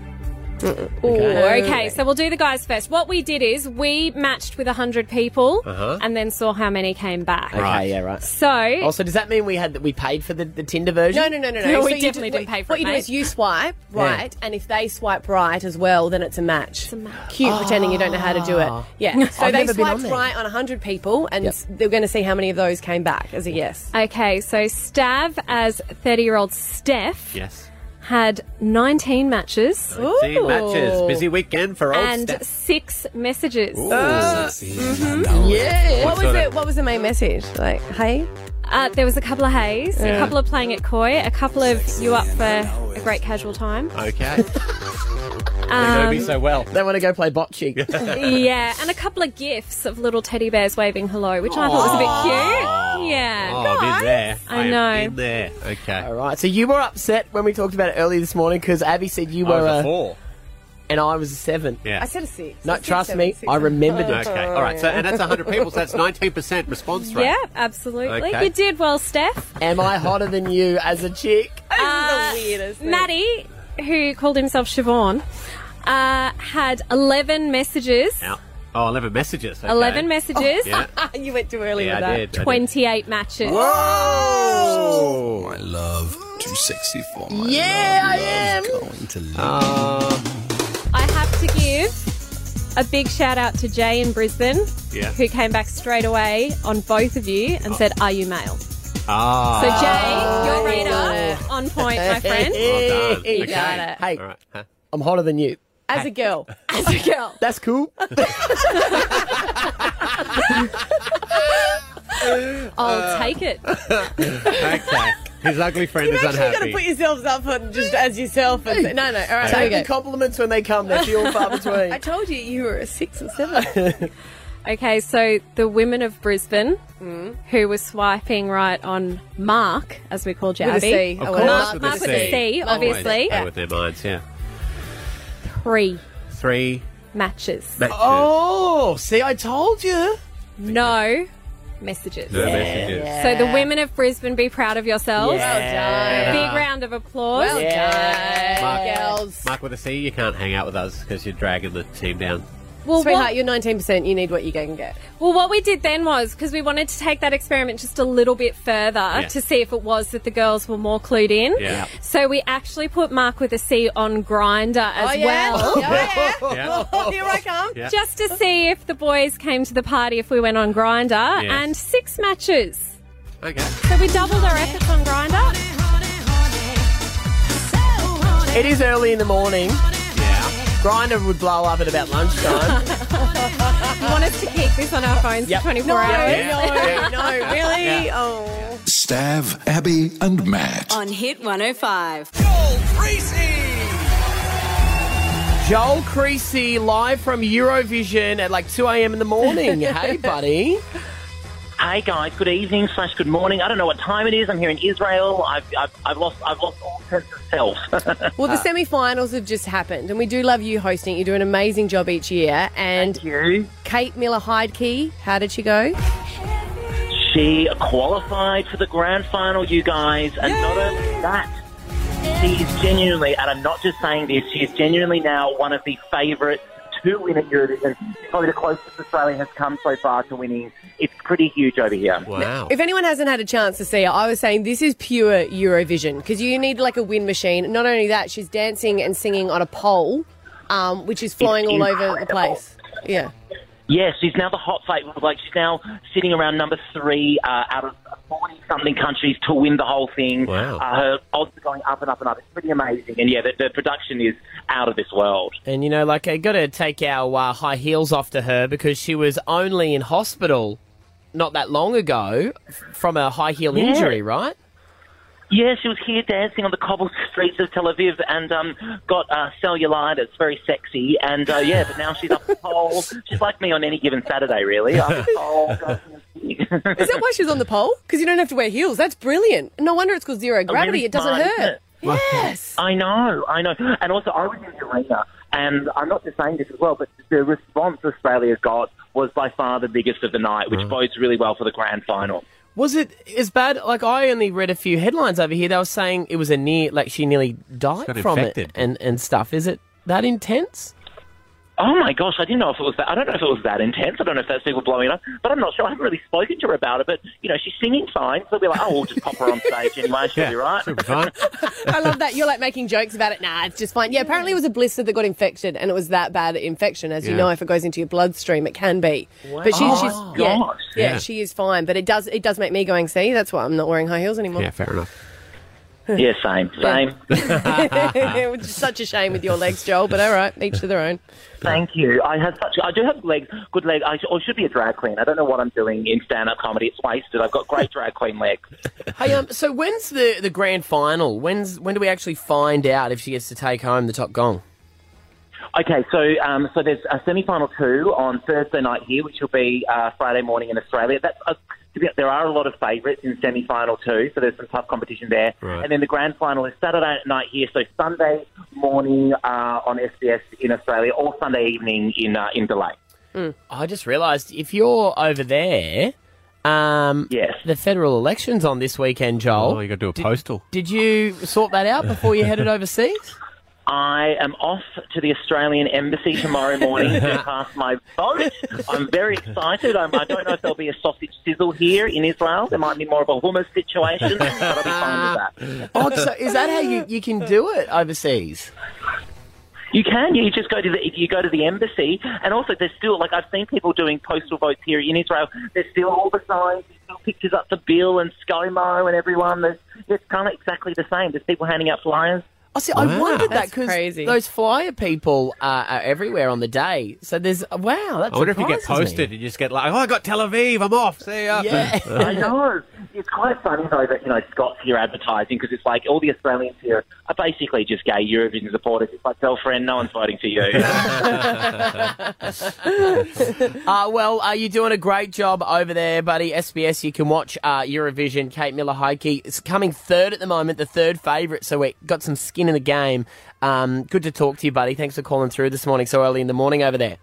Ooh, okay, so we'll do the guys first. What we did is we matched with 100 people
Uh-huh.
and then saw how many came back.
Okay, yeah, right.
So-
also, does that mean we had that we paid for the, the Tinder version?
No, no, no, no, no.
No,
So
we
you
definitely
do-
didn't pay for
What
it,
you do
mate.
is you swipe
Yeah.
right, and if they swipe right as well, then it's a match. It's a match. Cute, pretending you don't know how to do
Ah.
it. Yeah. So
I've
they
never been on
swiped
there.
right on 100 people, and
Yep.
they're going to see how many of those came back as a yes.
Okay, so Stav as 30 year old Steph
Yes.
had 19 matches.
See matches. Busy weekend for old
And
Steph.
six messages. Uh, mm-hmm.
Mm-hmm. Yeah. What
What
was
sort of-
it? What was the main message? Like, hey.
Uh, there was a couple of hays,
Yeah.
a couple of playing at koi, a couple of you up for a great casual time.
Okay.
Um,
well.
They want to go play bocce.
yeah, and a couple of gifs of little teddy bears waving hello, which I thought was a bit cute. Yeah.
Oh, I've been there.
I
have
know.
been there. Okay.
All right. So you were upset when we talked about it earlier this morning because Abby said you were
I was a
a
four.
and I was a seven.
Yeah.
I said a six.
No,
A six,
trust
seven,
me,
six,
I
seven.
remembered it.
Okay. All right. So, and that's 100 people, so that's 19% response rate.
Yeah, absolutely.
Okay.
You did well, Steph.
Am I hotter than you as a chick?
Uh, Maddie, who called himself Siobhan, uh, had 11 messages.
Ow. Oh, 11 messages. okay. Oh,
11 messages.
Yeah.
you went too early
Yeah,
with
I
that.
did, I did.
28 matches.
Oh, my love, too sexy for my
Yeah,
love.
I am.
Love's going to leave.
I have to give a big shout out to Jay in Brisbane,
Yeah. Oh.
who came back straight away on both of you and said, Are you male?
Ah.
So, Jay, your radar
Oh.
on point, my friend.
Oh,
Well done.
You
Okay.
got it. Hey.
All right. Huh?
I'm hotter than you.
As a girl.
As a girl.
That's cool.
I'll take it.
okay. His ugly friend
You've
is
actually got
unhappy.
to put yourselves up for just as yourself. And say, no, no, all right.
Take
here we
the
go.
compliments when they come. They're few and far between.
I told you you were a six or seven.
Okay, so the women of Brisbane
Mm.
who were swiping right on Mark, as we call Jabby.
With a C.
Of
I
course,
went
Mark,
with
Mark
a
with a C, obviously.
Always go with their minds, yeah.
Three
Three
matches.
matches.
Oh, see, I told you.
No messages.
The Yeah. messages. Yeah.
So the women of Brisbane, be proud of yourselves.
Well Yeah. done.
Big round of applause.
Well Yeah.
Mark with a C, you can't hang out with us because you're dragging the team down.
Well,
Sweetheart,
what-
you're 19%. You need what you can get.
Well, what we did then was because we wanted to take that experiment just a little bit further to see if it was that the girls were more clued in.
Yeah.
So we actually put Mark with a C on Grinder as
Oh, yeah.
well.
Oh, Here I come.
Just to see if the boys came to the party if we went on Grinder
Yes.
and six matches.
Okay.
So we doubled our efforts on Grinder.
It is early in the morning. Yeah. Grinder would blow up at about lunchtime.
you want us to keep this on our phones for 24 hours?
Yeah.
No, no,
really?
Oh.
Stav, Abby, and Matt.
On Hit 105.
Joel Creasy live from Eurovision at like 2 a.m. in the morning. hey, buddy.
Hey guys, good evening slash good morning. I don't know what time it is. I'm here in Israel. I've, I've, I've lost I've lost all sense of self.
Well, the semi-finals have just happened, and we do love you hosting. You do an amazing job each year. And Kate Miller Heidke, how did she go?
she qualified for the grand final, you guys, and not only that, she is genuinely, and I'm not just saying this, she is genuinely now one of the favourites to win at Eurovision. Probably the closest Australia has come so far to winning. It's pretty huge over here. Wow.
If anyone hasn't had a chance to see her, I was saying this is pure Eurovision because you need like a wind machine. Not only that, she's dancing and singing on a pole, um, which is flying all over the
incredible.
place. Yeah.
Yeah, she's now the hot favourite. Like she's now sitting around number three uh, out of forty something countries to win the whole thing. Wow. Uh, her odds are going up and up and up. It's pretty amazing. And yeah, the, the production is out of this world.
And you know, like, I got to take our uh, high heels off to her because she was only in hospital not that long ago f- from a high heel
Yeah.
injury, right?
Yeah, she was here dancing on the cobbled streets of Tel Aviv and um, got uh, cellulitis, very sexy. And uh, yeah, but now she's up the pole. She's like me on any given Saturday, really. Up the pole.
Is that why she's on the pole? Because you don't have to wear heels. That's brilliant. No wonder it's called zero gravity.
really
It doesn't
smart,
hurt.
isn't it?
Yes.
I know, I know. And also, I was in the arena, and I'm not just saying this as well, but the response Australia got was by far the biggest of the night, which bodes really well for the grand final.
Was it as bad? Like, I only read a few headlines over here. They were saying it was a near, like, she nearly died
got
from
infected.
it and, and stuff. Is it that intense?
Oh my gosh, I didn't know if it was that. I don't know if it was that intense. I don't know if that's people blowing it up, but I'm not sure. I haven't really spoken to her about it, but you know, she's singing fine, so we're like, oh, we'll just pop her on stage anyway. She'll be right.
I love that. You're like making jokes about it. Nah, it's just fine. Yeah, apparently it was a blister that got infected and it was that bad infection. As you
Yeah.
know, if it goes into your bloodstream, it can be. But she,
Oh,
she's,
my
yeah,
gosh.
yeah,
Yeah.
she is fine. But it does, it does make me going, see, that's why I'm not wearing high heels anymore.
fair enough.
yeah, same, same.
Which is such a shame with your legs, Joel, but all right, each to their own.
Thank you. I have such. I do have legs, good legs. I, sh- I should be a drag queen. I don't know what I'm doing in stand-up comedy. It's wasted. I've got great drag queen legs.
Hey, um, so when's the, the grand final? When's when do we actually find out if she gets to take home the top gong?
Okay, so um, so there's a semi-final two on Thursday night here, which will be uh, Friday morning in Australia. That's uh, to be, there are a lot of favourites in semi-final two, so there's some tough competition there.
Right.
And then the grand final is Saturday night here, so Sunday morning uh, on SBS in Australia, or Sunday evening in uh, in Delay.
Mm. I just realised if you're over there, um,
yes.
the federal election's on this weekend, Joel.
Oh, you got to do a
Did-
postal.
Did you sort that out before you headed overseas?
I am off to the Australian Embassy tomorrow morning to cast my vote. I'm very excited. I'm, I don't know if there'll be a sausage sizzle here in Israel. There might be more of a hummus situation, but I'll be fine with that.
Oh, so is that how you, you can do it overseas?
You can. You just go to the you go to the embassy, and also there's still like I've seen people doing postal votes here in Israel. There's still all the signs, there's still pictures up to Bill and ScoMo and everyone. There's it's kind of exactly the same. There's people handing out flyers.
I Oh, see. I wondered that because those flyer people are, are everywhere on the day. So there's wow. That
I wonder if you get
surprises me.
posted and you just get like, oh, I got Tel Aviv, I'm off, see ya. Uh,
I know. It's quite funny though that you know Scott's here advertising because it's like all the Australians here are basically just gay Eurovision supporters. It's like girlfriend, no one's voting for you.
uh, well, uh, you're doing a great job over there, buddy. SBS, you can watch uh, Eurovision. Kate Miller Heike is coming third at the moment, the third favourite. So we got some skin in the game. Um, good to talk to you, buddy. Thanks for calling through this morning so early in the morning over there.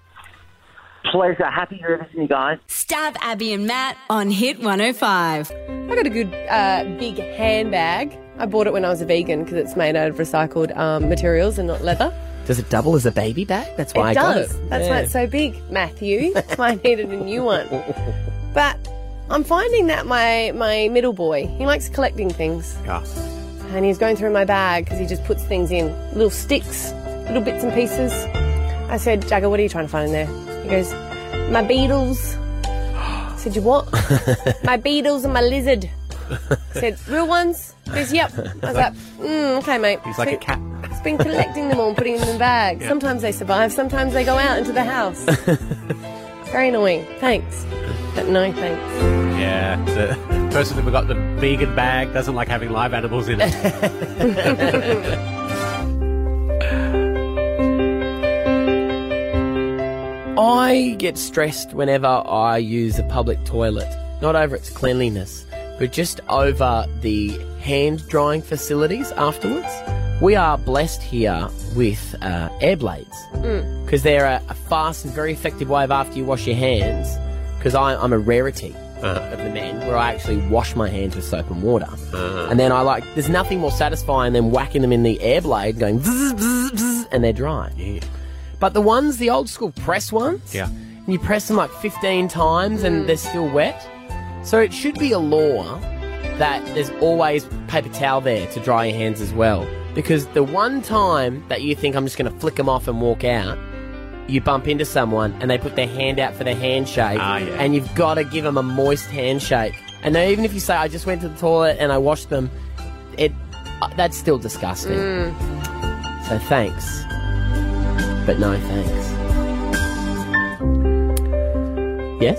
pleasure. Happy to you guys.
Stab Abby and Matt on Hit 105.
I got a good uh, big handbag. I bought it when I was a vegan because it's made out of recycled um, materials and not leather.
Does it double as a baby bag? That's why I
it does.
got it.
That's why it's so big, Matthew. That's why I needed a new one. But I'm finding that my my middle boy he likes collecting things, and he's going through my bag because he just puts things in little sticks, little bits and pieces. I said, Jagger, what are you trying to find in there? He goes, my beetles. I said, you what? my beetles and my lizard. I said, real ones? He goes, yep. I was like, mm, okay, mate.
He's like a cat.
He's been collecting them all and putting them in bags. Sometimes they survive, sometimes they go out into the house. Very annoying. Thanks. But no thanks.
Yeah, the person that got the vegan bag doesn't like having live animals in it.
I get stressed whenever I use a public toilet, not over its cleanliness, but just over the hand drying facilities afterwards. We are blessed here with uh, air blades
Mm.
because they're a, a fast and very effective way of after you wash your hands. Because I'm a rarity of the men where I actually wash my hands with soap and water, and then I like there's nothing more satisfying than whacking them in the air blade, going bzz, bzz, bzz, and they're dry. But the ones, the old school press ones,
yeah.
and you press them like 15 times and they're still wet. So it should be a law that there's always paper towel there to dry your hands as well. Because the one time that you think I'm just going to flick them off and walk out, you bump into someone and they put their hand out for the handshake, and you've got to give them a moist handshake. And now, even if you say, I just went to the toilet and I washed them, it uh, that's still disgusting. So thanks. But no thanks. Yes?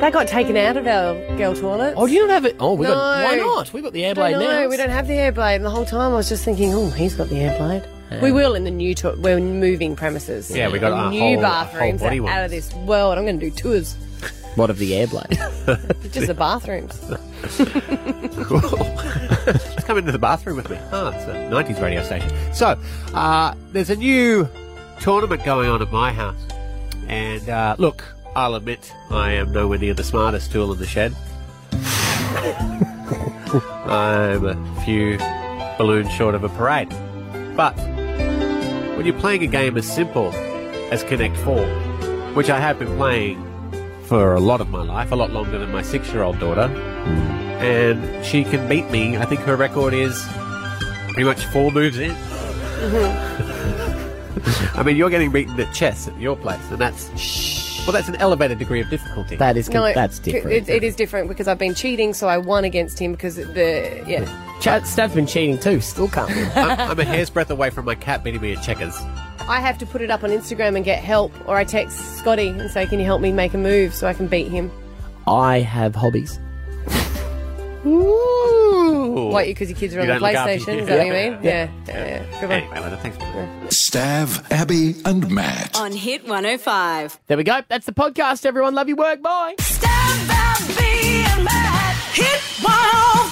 That got taken out of our girl toilets.
Oh, do you not have it? Oh, we
no.
got. Why not? We got the air blade
no,
now.
No, we don't have the air blade. And the whole time I was just thinking, oh, he's got the air blade. We will in the new to- we're moving premises.
Yeah, we got
The
our
new
whole- our whole
bathrooms
body
are out of this world. I'm going to do tours,
What of the air blade?
just the bathrooms.
Just come into the bathroom with me. Ah, it's a 90s radio station. So, uh, there's a new tournament going on at my house. And uh, look, I'll admit I am nowhere near the smartest tool in the shed. I'm a few balloons short of a parade. But when you're playing a game as simple as Connect 4, which I have been playing for a lot of my life, a lot longer than my six year old daughter,
Hmm.
and she can beat me. I think her record is pretty much four moves in.
Oh.
I mean, you're getting beaten at chess at your place, and that's well, that's an elevated degree of difficulty.
That is
it- It, it is different because I've been cheating, so I won against him because it- the yeah.
Chad, Stab's been cheating too. Still can't. win.
I'm, I'm a hair's breadth away from my cat beating me at checkers.
I have to put it up on Instagram and get help, or I text Scotty and say, "Can you help me make a move so I can beat him?"
I have hobbies.
Ooh. What? Because your kids are
You
on the
don't look after
PlayStation?
your
Is that what you
kids.
mean?
Yeah.
Yeah. Yeah. yeah. Good one.
Stav, Abby, and Matt.
On Hit 105.
There we go. That's the podcast, everyone. Love your work. Bye.
Hit 105.